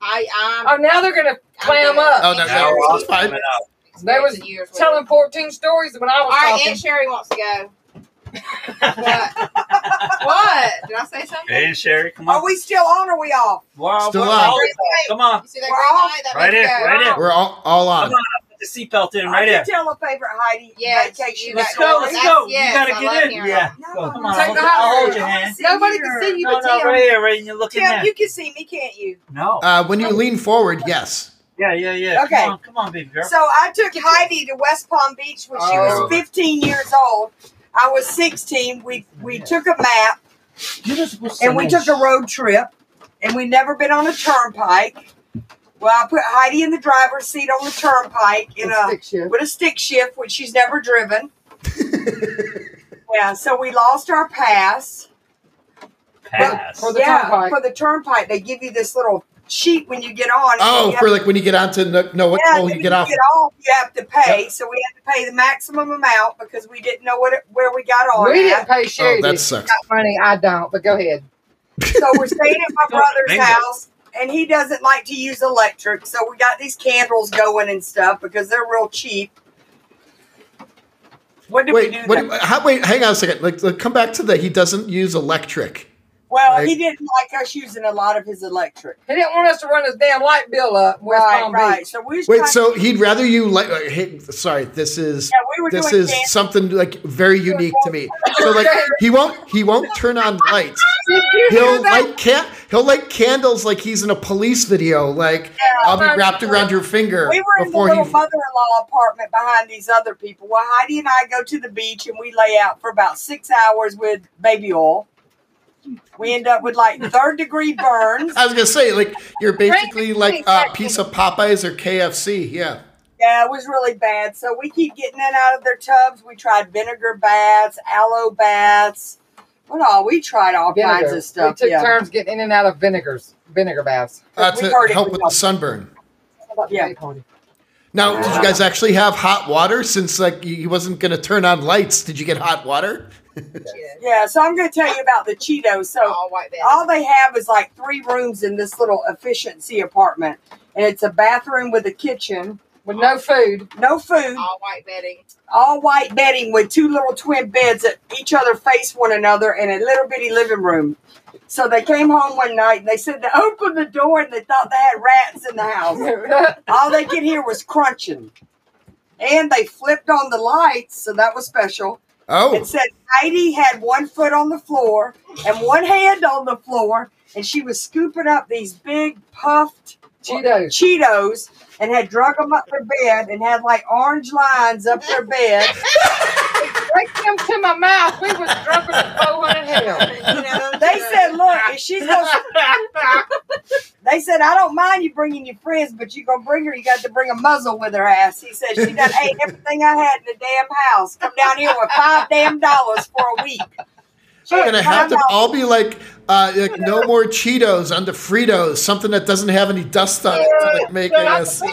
[SPEAKER 3] I
[SPEAKER 2] Oh, now they're going to clam up.
[SPEAKER 4] Oh
[SPEAKER 9] Now
[SPEAKER 4] no, no
[SPEAKER 9] I'll
[SPEAKER 4] it's fine.
[SPEAKER 9] sum it up.
[SPEAKER 3] I'm
[SPEAKER 2] They was
[SPEAKER 9] Oh.
[SPEAKER 3] years with
[SPEAKER 2] Telling 14 stories when I
[SPEAKER 3] All
[SPEAKER 2] was
[SPEAKER 3] right,
[SPEAKER 2] talking.
[SPEAKER 3] Aunt Sherry wants to go. What? what? Did I say something?
[SPEAKER 9] Hey, Sherry, come on.
[SPEAKER 6] Are we still on or we off?
[SPEAKER 9] Wow,
[SPEAKER 4] Still
[SPEAKER 9] wow,
[SPEAKER 4] on.
[SPEAKER 9] wow. Come on.
[SPEAKER 3] You see that
[SPEAKER 6] We're
[SPEAKER 3] green
[SPEAKER 6] all-
[SPEAKER 3] light? That
[SPEAKER 9] Right
[SPEAKER 3] means
[SPEAKER 9] in,
[SPEAKER 3] go.
[SPEAKER 9] right in.
[SPEAKER 4] We're all, all on.
[SPEAKER 9] Come on. Put the seatbelt in right
[SPEAKER 6] I
[SPEAKER 9] here.
[SPEAKER 6] can tell a favorite Heidi
[SPEAKER 3] Yes,
[SPEAKER 6] vacation.
[SPEAKER 3] you
[SPEAKER 9] Let's
[SPEAKER 3] got
[SPEAKER 9] go,
[SPEAKER 3] it.
[SPEAKER 9] let's
[SPEAKER 3] That's-
[SPEAKER 9] go.
[SPEAKER 3] yes,
[SPEAKER 9] you
[SPEAKER 3] I
[SPEAKER 9] gotta
[SPEAKER 3] love
[SPEAKER 9] get in.
[SPEAKER 3] hearing
[SPEAKER 9] Yeah.
[SPEAKER 3] that.
[SPEAKER 6] No,
[SPEAKER 9] go.
[SPEAKER 6] I'm
[SPEAKER 9] Come on.
[SPEAKER 2] take
[SPEAKER 9] I'll,
[SPEAKER 2] the
[SPEAKER 9] I'll hold
[SPEAKER 2] high
[SPEAKER 9] your
[SPEAKER 2] road.
[SPEAKER 9] hand.
[SPEAKER 2] Nobody can see you
[SPEAKER 9] No,
[SPEAKER 2] but
[SPEAKER 9] no,
[SPEAKER 2] Tim.
[SPEAKER 9] right here, right here. You're looking
[SPEAKER 6] Tim,
[SPEAKER 9] at.
[SPEAKER 6] you can see me, can't you?
[SPEAKER 9] No.
[SPEAKER 4] Uh, when you lean forward, yes.
[SPEAKER 9] Yeah, yeah, yeah.
[SPEAKER 6] Okay.
[SPEAKER 9] Come on, come on, baby girl.
[SPEAKER 6] So I took Heidi to West Palm Beach when she
[SPEAKER 2] Oh.
[SPEAKER 6] was 15 years old. I was 16. We we took a map
[SPEAKER 5] You're not supposed to
[SPEAKER 6] and we took a road trip, and we never been on a turnpike. Well, I put Heidi in the driver's seat on the turnpike in a
[SPEAKER 2] Stick shift.
[SPEAKER 6] with a stick shift, which she's never driven. Yeah, so we lost our pass.
[SPEAKER 9] Pass.
[SPEAKER 2] For the
[SPEAKER 6] yeah,
[SPEAKER 2] turnpike.
[SPEAKER 6] for the turnpike, they give you this little sheet when you get on. and you
[SPEAKER 4] Oh,
[SPEAKER 6] have
[SPEAKER 4] for like when you get onto no, no what
[SPEAKER 6] Yeah,
[SPEAKER 4] toll
[SPEAKER 6] then
[SPEAKER 4] you get off.
[SPEAKER 6] you have to pay. So we had to pay the maximum amount because we didn't know what it, where we got on
[SPEAKER 2] We didn't
[SPEAKER 6] at.
[SPEAKER 2] pay
[SPEAKER 4] Oh,
[SPEAKER 2] Sherry
[SPEAKER 4] that
[SPEAKER 2] this
[SPEAKER 4] sucks.
[SPEAKER 2] money. I don't, but go ahead.
[SPEAKER 6] So we're staying at my
[SPEAKER 9] Don't
[SPEAKER 6] brother's
[SPEAKER 9] remember.
[SPEAKER 6] house, and he doesn't like to use electric. So we got these candles going and stuff because they're real cheap. What did we
[SPEAKER 4] Wait,
[SPEAKER 6] do?
[SPEAKER 4] what,
[SPEAKER 6] then?
[SPEAKER 4] how, wait, hang on a second. Like, like, come back to that. He doesn't use electric.
[SPEAKER 6] well,
[SPEAKER 4] Right.
[SPEAKER 6] he didn't like us using a lot of his electric.
[SPEAKER 2] He didn't want us to run his damn light bill up. in West
[SPEAKER 6] Right,
[SPEAKER 2] Palm
[SPEAKER 6] right.
[SPEAKER 2] Beach.
[SPEAKER 6] So we was
[SPEAKER 4] Wait,
[SPEAKER 6] trying-
[SPEAKER 4] so he'd rather you like. like, hey, sorry, this is
[SPEAKER 6] yeah, we were
[SPEAKER 4] this
[SPEAKER 6] doing
[SPEAKER 4] is
[SPEAKER 6] candles.
[SPEAKER 4] something like very unique to me. So like, he won't he won't turn on lights.
[SPEAKER 2] Did you hear
[SPEAKER 4] He'll
[SPEAKER 2] that?
[SPEAKER 4] light can he'll light candles like he's in a police video. Like I'll be wrapped around your finger
[SPEAKER 6] Uh, We were in the
[SPEAKER 4] before
[SPEAKER 6] little
[SPEAKER 4] he.
[SPEAKER 6] mother-in-law apartment behind these other people. Well, Heidi and I go to the beach and we lay out for about six hours with baby oil. We end up with like third-degree burns.
[SPEAKER 4] I was gonna say like you're basically like a
[SPEAKER 2] exactly.
[SPEAKER 4] piece of Popeyes or KFC. Yeah.
[SPEAKER 6] Yeah, it was really bad. So we keep getting in out of their tubs. We tried vinegar baths, aloe baths. What all? We tried all kinds
[SPEAKER 2] Vinegar.
[SPEAKER 6] of stuff.
[SPEAKER 2] We took
[SPEAKER 6] yeah.
[SPEAKER 2] turns getting in and out of vinegars, vinegar baths.
[SPEAKER 4] uh,
[SPEAKER 6] We heard
[SPEAKER 4] to
[SPEAKER 6] it
[SPEAKER 4] help
[SPEAKER 6] was
[SPEAKER 4] with the sunburn.
[SPEAKER 6] Yeah.
[SPEAKER 4] Now, did you guys actually have hot water? Since like he wasn't going to turn on lights, did you get hot water?
[SPEAKER 6] yeah, so I'm going to tell you about the Cheetos. So
[SPEAKER 3] All white bed.
[SPEAKER 2] Oh,
[SPEAKER 6] all they have is like three rooms in this little efficiency apartment. And it's a bathroom with a kitchen,
[SPEAKER 2] With no food.
[SPEAKER 6] no food,
[SPEAKER 3] all white bedding.
[SPEAKER 6] all white bedding with two little twin beds that each other face one another and a little bitty living room. So they came home one night and they said they opened the door and they thought they had rats in the house. All they could hear was crunching. And they flipped on the lights, so that was special.
[SPEAKER 4] Oh,
[SPEAKER 6] It said Heidi had one foot on the floor and one hand on the floor, and she was scooping up these big puffed
[SPEAKER 2] Cheetos.
[SPEAKER 6] Cheetos and had drug them up their bed and had like orange lines up their bed.
[SPEAKER 2] Break them to my mouth. We was drunk as a bow in hell.
[SPEAKER 6] They said, "Look, if she's gonna," they said, "I don't mind you bringing your friends, but you gonna bring her. You got to bring a muzzle with her ass." He said, "She done ate everything I had in the damn house. Come down here with five damn dollars for a week." She
[SPEAKER 4] I'm gonna
[SPEAKER 6] had
[SPEAKER 4] have them
[SPEAKER 6] $5.
[SPEAKER 4] all be like, uh, like no more Cheetos under Fritos, something that doesn't have any dust on it to like make a scene.
[SPEAKER 2] I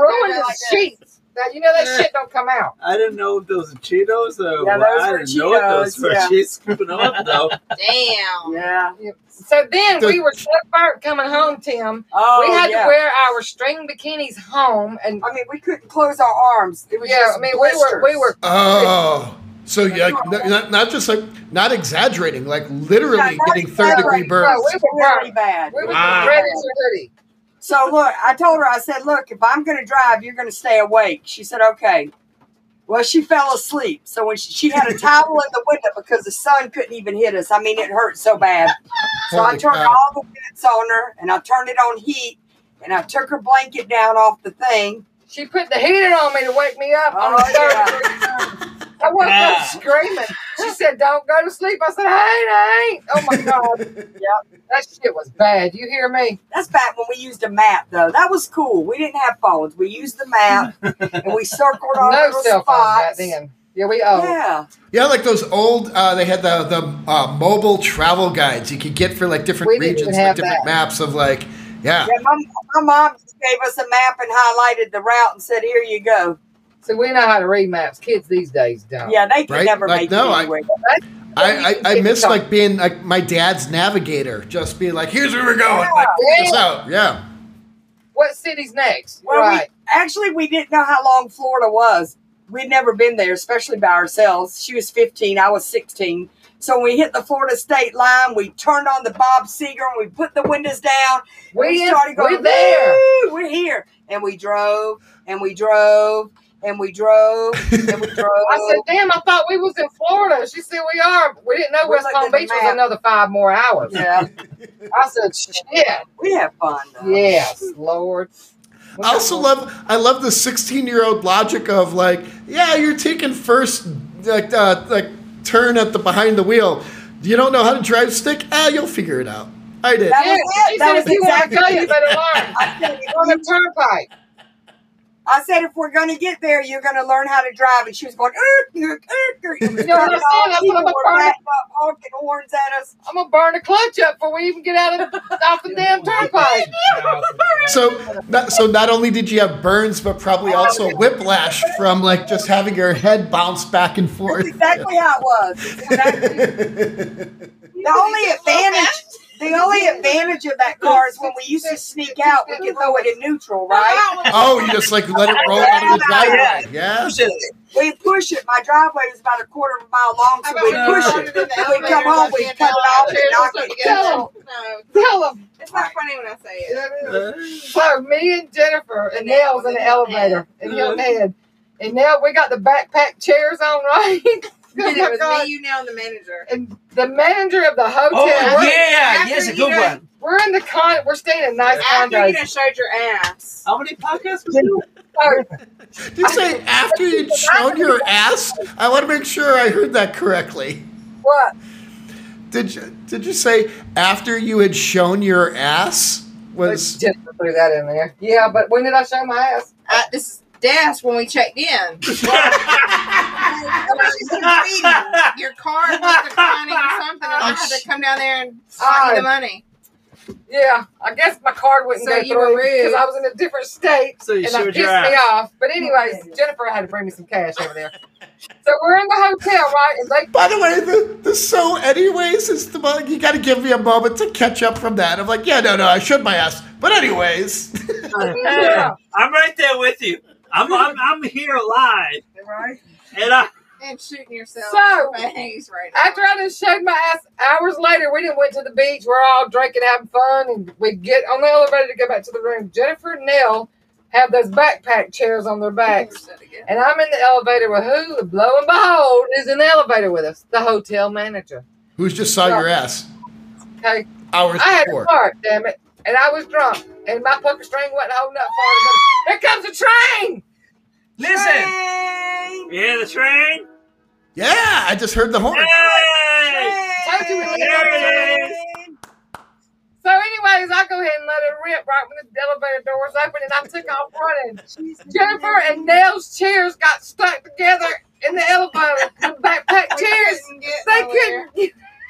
[SPEAKER 2] ruined the sheets. Now you know that shit don't come out.
[SPEAKER 9] I didn't know if those were Cheetos or
[SPEAKER 6] Yeah,
[SPEAKER 9] what.
[SPEAKER 6] those
[SPEAKER 9] I
[SPEAKER 6] were
[SPEAKER 9] didn't know what those
[SPEAKER 6] Cheetos,
[SPEAKER 9] were.
[SPEAKER 6] yeah.
[SPEAKER 9] She's scooping them up though.
[SPEAKER 3] Damn.
[SPEAKER 6] Yeah.
[SPEAKER 2] So then we
[SPEAKER 4] The-
[SPEAKER 2] were so burnt coming home, Tim.
[SPEAKER 6] Oh,
[SPEAKER 2] we had
[SPEAKER 6] yeah.
[SPEAKER 2] to wear our string bikinis home, and
[SPEAKER 6] I mean, we couldn't close our arms. It was
[SPEAKER 2] yeah,
[SPEAKER 6] just
[SPEAKER 2] I mean we were we
[SPEAKER 6] blisters.
[SPEAKER 2] were
[SPEAKER 4] Oh, so you like n- not, not just like not exaggerating, like literally
[SPEAKER 6] Yeah,
[SPEAKER 4] getting third degree
[SPEAKER 6] exaggerating.
[SPEAKER 4] burns.
[SPEAKER 2] No, we were
[SPEAKER 6] really
[SPEAKER 2] burnt.
[SPEAKER 6] bad.
[SPEAKER 2] we was
[SPEAKER 4] Wow.
[SPEAKER 2] the greatest hoodie.
[SPEAKER 6] So look, I told her, I said, look, if I'm going to drive, you're going to stay awake. She said, okay. Well, she fell asleep. So when she, she had a towel in the window because the sun couldn't even hit us. I mean, it hurt so bad. So I
[SPEAKER 4] Holy
[SPEAKER 6] turned
[SPEAKER 4] cow.
[SPEAKER 6] all the lights on her and I turned it on heat and I took her blanket down off the thing.
[SPEAKER 2] She put the heater on me to wake me up on the
[SPEAKER 6] Oh,
[SPEAKER 2] third.
[SPEAKER 6] yeah.
[SPEAKER 2] degree. I woke
[SPEAKER 9] Yeah.
[SPEAKER 2] up screaming. She said, "Don't go to sleep." I said, "Hey, it ain't." Oh my god. yep. That shit was bad. You hear me?
[SPEAKER 6] That's back when we used a map, though. That was cool. We didn't have phones. We used the map and we circled our
[SPEAKER 2] No
[SPEAKER 6] little
[SPEAKER 2] cell phones back
[SPEAKER 6] spots.
[SPEAKER 2] then. Yeah, we old.
[SPEAKER 6] Yeah.
[SPEAKER 4] Yeah, like those old. Uh, they had the the uh, mobile travel guides you could get for like different
[SPEAKER 2] We didn't
[SPEAKER 4] regions,
[SPEAKER 2] have
[SPEAKER 4] like different
[SPEAKER 2] that.
[SPEAKER 4] maps of like. Yeah,
[SPEAKER 6] yeah my, my mom just gave us a map and highlighted the route and said, here you go.
[SPEAKER 2] So we know how to read maps. Kids these days don't.
[SPEAKER 6] Yeah, they can
[SPEAKER 4] Right?
[SPEAKER 6] never
[SPEAKER 4] Like,
[SPEAKER 6] make
[SPEAKER 4] no,
[SPEAKER 6] it
[SPEAKER 4] I-
[SPEAKER 6] anywhere.
[SPEAKER 4] I, I, I
[SPEAKER 2] Yeah.
[SPEAKER 4] miss like being like my dad's navigator, just be like, here's where we're going, like
[SPEAKER 2] Yeah.
[SPEAKER 4] figure this out. Yeah,
[SPEAKER 2] What city's next?
[SPEAKER 6] Well,
[SPEAKER 2] right.
[SPEAKER 6] we, actually, we didn't know how long Florida was. We'd never been there, especially by ourselves. She was 15, I was 16. So when we hit the Florida state line, we turned on the Bob Seger and we put the windows down. and
[SPEAKER 2] We,
[SPEAKER 6] we
[SPEAKER 2] we
[SPEAKER 6] started going,
[SPEAKER 2] we're there.
[SPEAKER 6] "Woo, we're here. And we drove and we drove and we drove and we drove.
[SPEAKER 2] I said, damn, I thought we was in Florida. She said, we are. We didn't know
[SPEAKER 6] We
[SPEAKER 2] West
[SPEAKER 6] looked
[SPEAKER 2] Palm
[SPEAKER 6] at the
[SPEAKER 2] Beach was
[SPEAKER 6] map.
[SPEAKER 2] another five more hours.
[SPEAKER 6] yeah,
[SPEAKER 2] I said, shit.
[SPEAKER 6] we have fun. Though.
[SPEAKER 2] Yes, Lord.
[SPEAKER 4] I also love I love the 16 year old logic of like, yeah, you're taking first like uh, like turn at the behind the wheel. You don't know how to drive stick? Ah, you'll figure it out. I did.
[SPEAKER 6] That
[SPEAKER 2] Yeah,
[SPEAKER 6] was
[SPEAKER 2] she
[SPEAKER 6] it. That
[SPEAKER 2] said,
[SPEAKER 6] was
[SPEAKER 2] if you want to
[SPEAKER 6] exactly
[SPEAKER 2] go, you
[SPEAKER 6] it.
[SPEAKER 2] better learn.
[SPEAKER 6] I said, "If
[SPEAKER 2] On the turnpike.
[SPEAKER 6] I said, if we're going to get there, you're going to learn how to drive. And she was going, erk, erk, erk, erk.
[SPEAKER 2] You know what I'm saying? That's what I'm
[SPEAKER 6] People were
[SPEAKER 2] afraid of.
[SPEAKER 6] backing up, honking horns at us.
[SPEAKER 2] I'm going to burn the clutch up before we even get out of off the damn turnpike.
[SPEAKER 4] So not, so not only did you have burns, but probably also whiplash from like just having your head bounce back and forth.
[SPEAKER 6] That's exactly how it was. It's exactly- the only advantage, the only advantage of that car is when we used to sneak out, we could throw it in neutral, right?
[SPEAKER 4] oh, you just like let it roll out of the driveway. Yeah.
[SPEAKER 6] We push it. My driveway was about a quarter of a mile long, so we push it. We come home, we cut it off, and knock it down.
[SPEAKER 3] No,
[SPEAKER 2] Tell them.
[SPEAKER 3] it's not funny when I say it.
[SPEAKER 2] So me and Jennifer and Nell's in the elevator and
[SPEAKER 3] Mm-hmm.
[SPEAKER 2] Hilton Head. And now we got the backpack chairs on, right?
[SPEAKER 3] And it
[SPEAKER 2] Oh my
[SPEAKER 3] was
[SPEAKER 2] God.
[SPEAKER 3] me, you, now, and the manager.
[SPEAKER 2] And the manager of the hotel.
[SPEAKER 9] Oh yeah,
[SPEAKER 2] we're,
[SPEAKER 9] yeah, yes, a
[SPEAKER 3] After you
[SPEAKER 9] good
[SPEAKER 3] done-
[SPEAKER 9] one.
[SPEAKER 2] we're in the con. We're staying in nice
[SPEAKER 3] After you
[SPEAKER 2] condos.
[SPEAKER 3] done showed your ass.
[SPEAKER 9] How many podcasts? Was it?
[SPEAKER 2] So
[SPEAKER 4] Did you say after you'd shown your ass? I want to make sure I heard that correctly.
[SPEAKER 6] What?
[SPEAKER 4] Did you did you say after you had shown your ass
[SPEAKER 2] let's
[SPEAKER 4] was
[SPEAKER 2] just threw that in there. Yeah, but when did I show my ass?
[SPEAKER 3] At this desk when we checked in. your card was declining or something, and I had to come down there and find you the money.
[SPEAKER 2] Yeah, I guess my card wouldn't
[SPEAKER 3] So
[SPEAKER 2] go
[SPEAKER 3] you were
[SPEAKER 2] through
[SPEAKER 3] rude.
[SPEAKER 2] because I was in a different state
[SPEAKER 9] So you
[SPEAKER 2] and I
[SPEAKER 9] showed
[SPEAKER 2] pissed
[SPEAKER 9] your
[SPEAKER 2] me
[SPEAKER 9] ass.
[SPEAKER 2] off. But anyways, Jennifer had to bring me some cash over there. So we're in the hotel, right? And they
[SPEAKER 4] by the way, the, the so anyways is the mo- you gotta give me a moment to catch up from that. I'm like, yeah, no, no, I showed my ass. But anyways.
[SPEAKER 9] Hey, I'm right there with you. I'm I'm I'm here live,
[SPEAKER 6] Right?
[SPEAKER 9] and I
[SPEAKER 3] and shooting yourself
[SPEAKER 2] So,
[SPEAKER 3] in the face right now.
[SPEAKER 2] After I just showed my ass hours later, we didn't went to the beach. We're all drinking, having fun, and we get on the elevator to go back to the room. Jennifer and Nell have those backpack chairs on their backs. And I'm in the elevator with who? Lo and behold, is in the elevator with us, the hotel manager.
[SPEAKER 4] Who's just saw your ass
[SPEAKER 2] Okay,
[SPEAKER 4] hours
[SPEAKER 2] I had
[SPEAKER 4] before?
[SPEAKER 2] a fart, damn it, and I was drunk, and my pucker string wasn't holding up far enough. Here comes a train.
[SPEAKER 1] Listen. You hear the train?
[SPEAKER 4] Yeah, I just heard the horn.
[SPEAKER 1] Hey!
[SPEAKER 2] Told you we lived
[SPEAKER 1] There
[SPEAKER 2] on the train.
[SPEAKER 1] it is.
[SPEAKER 2] So, anyways, I go ahead and let it rip right when the elevator doors open, and I took off running. Jennifer and Nell's chairs got stuck together in the elevator. The backpack chairs. They couldn't.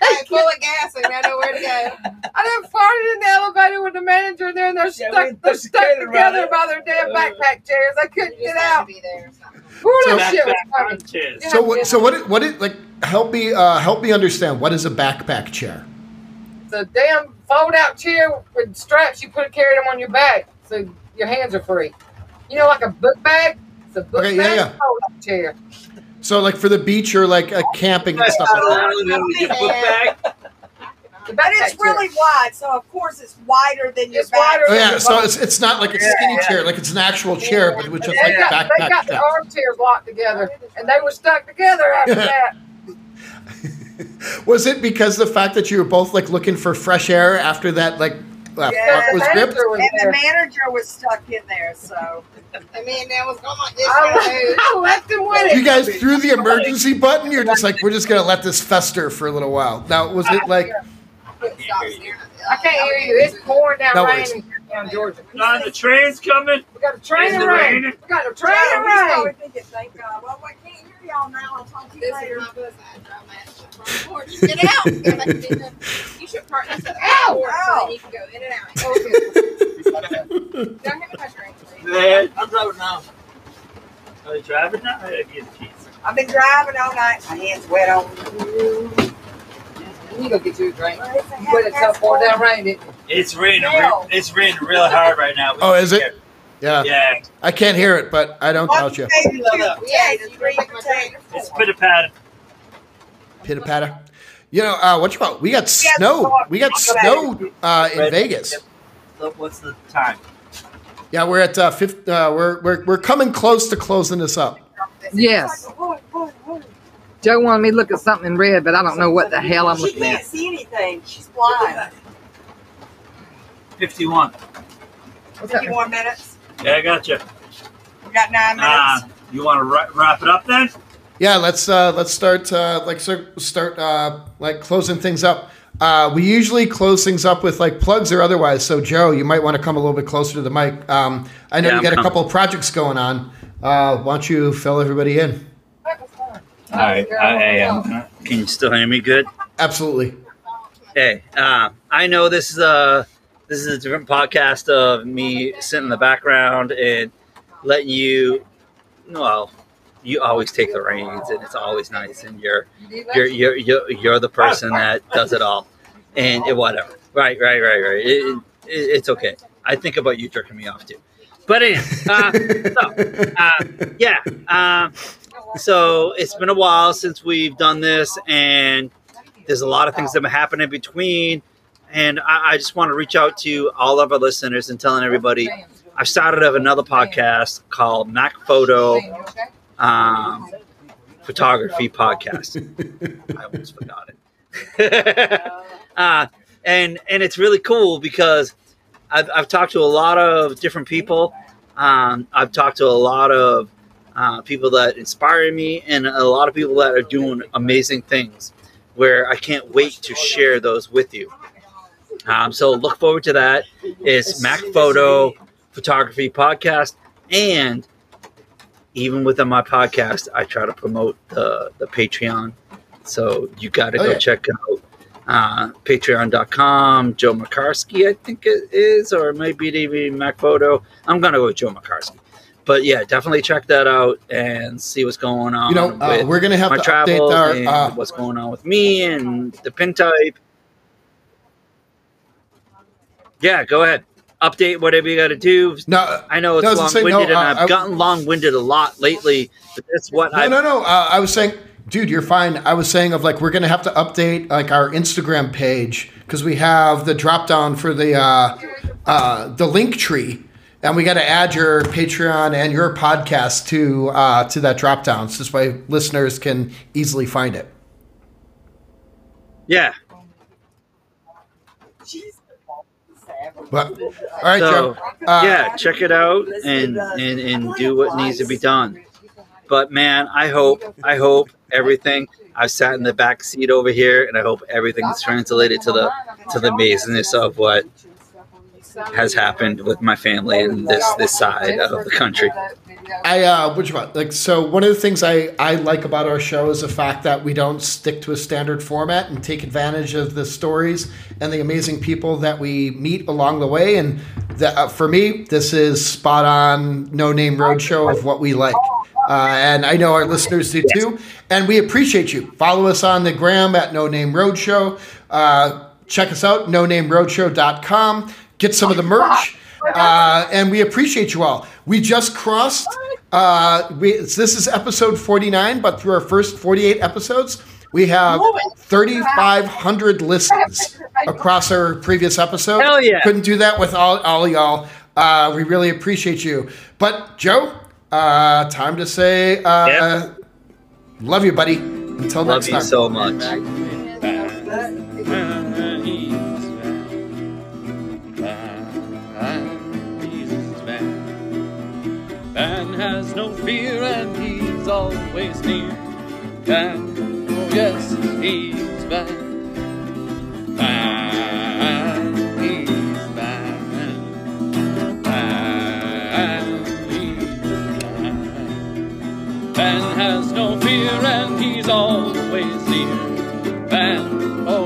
[SPEAKER 3] They full of gas and I know where to go.
[SPEAKER 2] I done farted in the elevator with the manager in there, and they're
[SPEAKER 5] Yeah,
[SPEAKER 2] stuck.
[SPEAKER 5] we
[SPEAKER 2] they're stuck
[SPEAKER 5] intoxicated about
[SPEAKER 2] together
[SPEAKER 5] it.
[SPEAKER 2] by their damn
[SPEAKER 5] Uh,
[SPEAKER 2] backpack chairs. I couldn't
[SPEAKER 3] You just
[SPEAKER 2] get
[SPEAKER 3] have to
[SPEAKER 2] out.
[SPEAKER 3] be there. It's not-
[SPEAKER 2] Who
[SPEAKER 6] Oh,
[SPEAKER 4] So-
[SPEAKER 2] that shit was
[SPEAKER 1] Backpack
[SPEAKER 2] funny.
[SPEAKER 1] punches.
[SPEAKER 4] So what? So what? It, what? It like help me? Uh, help me understand. What is a backpack chair?
[SPEAKER 2] It's a damn fold-out chair with straps. You put carry them on your back, so your hands are free. You know, like a book bag. It's a book
[SPEAKER 4] Okay, yeah,
[SPEAKER 2] bag
[SPEAKER 4] yeah.
[SPEAKER 2] fold-out chair.
[SPEAKER 4] So like for the beach or like a camping and
[SPEAKER 1] That's
[SPEAKER 4] stuff
[SPEAKER 1] not
[SPEAKER 4] like that.
[SPEAKER 1] allowed in the book bag.
[SPEAKER 2] The
[SPEAKER 6] But
[SPEAKER 2] backpack
[SPEAKER 6] it's
[SPEAKER 2] chair.
[SPEAKER 6] really wide, so of course it's wider than your
[SPEAKER 2] It's
[SPEAKER 6] back.
[SPEAKER 2] wider.
[SPEAKER 4] Oh, yeah, so it's, it's not like a skinny chair, like it's an actual chair, but with just like
[SPEAKER 2] they got, they
[SPEAKER 4] backpack
[SPEAKER 2] got
[SPEAKER 4] chair.
[SPEAKER 2] the armchairs locked together, and they were stuck together after that.
[SPEAKER 4] Was it because the fact that you were both like looking for fresh air after that like uh,
[SPEAKER 6] Yeah.
[SPEAKER 4] fuck was
[SPEAKER 2] The
[SPEAKER 4] gripped?
[SPEAKER 2] manager was
[SPEAKER 6] And the
[SPEAKER 2] there.
[SPEAKER 6] manager was stuck in there, so
[SPEAKER 3] And me and them was going like this.
[SPEAKER 2] I,
[SPEAKER 3] right here.
[SPEAKER 2] left- I left him with
[SPEAKER 4] You
[SPEAKER 2] it.
[SPEAKER 4] guys threw the emergency button. You're just like, we're just gonna let this fester for a little while. Now, was it like,
[SPEAKER 2] I can't hear you. It's pouring down
[SPEAKER 4] No
[SPEAKER 2] rain
[SPEAKER 4] worries.
[SPEAKER 2] in down Georgia.
[SPEAKER 1] John, the train's coming.
[SPEAKER 2] We got a train
[SPEAKER 1] Is
[SPEAKER 2] of
[SPEAKER 1] it
[SPEAKER 2] rain.
[SPEAKER 1] raining?
[SPEAKER 2] We got a train
[SPEAKER 6] Yeah,
[SPEAKER 2] of
[SPEAKER 6] we started
[SPEAKER 2] rain.
[SPEAKER 6] thinking, thank God. Well, I can't hear y'all now. I'll talk to you
[SPEAKER 3] This is
[SPEAKER 6] later.
[SPEAKER 3] my bus. I drive my ass to the front porch. Get out. Go back to the- You should park this at the front porch so then you can go in and out. Oh, okay. Don't have much drink, please.
[SPEAKER 1] Man, I'm driving now. Are you driving now? I gotta get the keys.
[SPEAKER 6] I've been driving all night. My hands wet on.
[SPEAKER 2] You go get you a drink. But it's up pouring down rain. It-
[SPEAKER 1] It's raining.
[SPEAKER 6] Hell.
[SPEAKER 1] It's raining real hard right now.
[SPEAKER 4] oh, is it? Yeah,
[SPEAKER 1] Yeah,
[SPEAKER 4] I can't hear it, but I don't doubt you.
[SPEAKER 3] Yes, you drink my drink.
[SPEAKER 1] it's pitter patter.
[SPEAKER 4] Pitter patter. You know, uh, what you call? it? We got snow. We got snow uh, in Vegas.
[SPEAKER 1] Look, What's the time?
[SPEAKER 4] Yeah, we're at uh, fifth. Uh, we're, we're we're coming close to closing this up.
[SPEAKER 2] Yes. Joe wanted me to look at something in red, but I don't know what the hell I'm
[SPEAKER 6] She
[SPEAKER 2] looking
[SPEAKER 6] can't
[SPEAKER 2] at.
[SPEAKER 6] see anything. She's blind.
[SPEAKER 1] 51.
[SPEAKER 2] What's that?
[SPEAKER 6] Fifty-one minutes.
[SPEAKER 1] Yeah, I gotcha.
[SPEAKER 6] We got nine
[SPEAKER 1] Uh,
[SPEAKER 6] minutes.
[SPEAKER 1] you want to wrap, wrap it up then?
[SPEAKER 4] Yeah, let's uh, let's start uh, like so start uh, like closing things up. Uh, we usually close things up with like plugs or otherwise. So Joe, you might want to come a little bit closer to the mic. Um, I know
[SPEAKER 1] Yeah,
[SPEAKER 4] you
[SPEAKER 1] I'm
[SPEAKER 4] got a
[SPEAKER 1] coming.
[SPEAKER 4] couple of projects going on. Uh, why don't you fill everybody in?
[SPEAKER 1] All right. can you still hear me good?
[SPEAKER 4] Absolutely.
[SPEAKER 1] Hey, uh, I know this is a this is a different podcast of me sitting in the background and letting you. Well, you always take the reins, and it's always nice, and you're you're you're you're, you're the person that does it all, and it, whatever. Right, right, right, right. It, it, it's okay. I think about you jerking me off too. But anyway, uh, uh, yeah. Um, so it's been a while since we've done this, and there's a lot of things that have happened in between. And I, I just want to reach out to all of our listeners and telling everybody I've started up another podcast called Mac Photo um, Photography Podcast. I almost forgot it. uh, and and it's really cool because I've, I've talked to a lot of different people. Um, I've talked to a lot of uh, people that inspire me, and a lot of people that are doing amazing things. Where I can't wait to share those with you. Um, so look forward to that. It's Mac Photo Photography Podcast, and even within my podcast, I try to promote the the Patreon. So you got to
[SPEAKER 4] Oh,
[SPEAKER 1] go
[SPEAKER 4] yeah.
[SPEAKER 1] check out uh, patreon.com, Joe Makarski, I think it is, or maybe even Mac Photo. I'm going to go with Joe Makarski. But yeah, definitely check that out and see what's going on.
[SPEAKER 4] You know, uh,
[SPEAKER 1] with
[SPEAKER 4] we're gonna have
[SPEAKER 1] my
[SPEAKER 4] to update
[SPEAKER 1] travel and
[SPEAKER 4] our. Uh,
[SPEAKER 1] what's going on with me and the pin type. Yeah, go ahead. Update whatever you got to do.
[SPEAKER 4] no, uh,
[SPEAKER 1] I know it's
[SPEAKER 4] No, I was gonna say,
[SPEAKER 1] long winded,
[SPEAKER 4] no,
[SPEAKER 1] and
[SPEAKER 4] uh,
[SPEAKER 1] I've
[SPEAKER 4] I-
[SPEAKER 1] gotten long winded a lot lately. But that's what
[SPEAKER 4] no,
[SPEAKER 1] I.
[SPEAKER 4] no, no. Uh, I was saying, dude, you're fine. I was saying of like we're gonna have to update like our Instagram page because we have the drop down for the uh, uh, the link tree, And we got to add your Patreon and your podcast to uh, to that drop down, so this way listeners can easily find it.
[SPEAKER 1] Yeah.
[SPEAKER 4] But all right,
[SPEAKER 1] So,
[SPEAKER 4] Joe. Uh,
[SPEAKER 1] yeah, check it out and, and and do what needs to be done. But man, I hope I hope everything. I've sat in the back seat over here, and I hope everything's translated to the to the amazingness of what has happened with my family and this this side of the country.
[SPEAKER 4] I uh, which one? Like, so one of the things I I like about our show is the fact that we don't stick to a standard format and take advantage of the stories and the amazing people that we meet along the way. And the, uh, for me, this is spot on, no name roadshow of what we like. Uh, and I know our listeners do too. And we appreciate you. Follow us on the gram at No Name Roadshow. Uh, check us out, no name roadshow.com. Get some of the merch. Uh, and we appreciate you all. We just crossed. Uh, we, this is episode 49, but through our first 48 episodes, we have 3,500 listens across our previous episode.
[SPEAKER 1] Hell yeah.
[SPEAKER 4] Couldn't do that with all, all y'all. Uh, we really appreciate you. But, Joe, uh, time to say uh,
[SPEAKER 1] Yeah.
[SPEAKER 4] love you, buddy. Until
[SPEAKER 1] Love
[SPEAKER 4] next
[SPEAKER 1] you
[SPEAKER 4] time.
[SPEAKER 1] so much.
[SPEAKER 5] Man has no fear and he's always near. Man, oh yes, he's man. Man, he's man. Man, he's man. Man has no fear and he's always near. Man, oh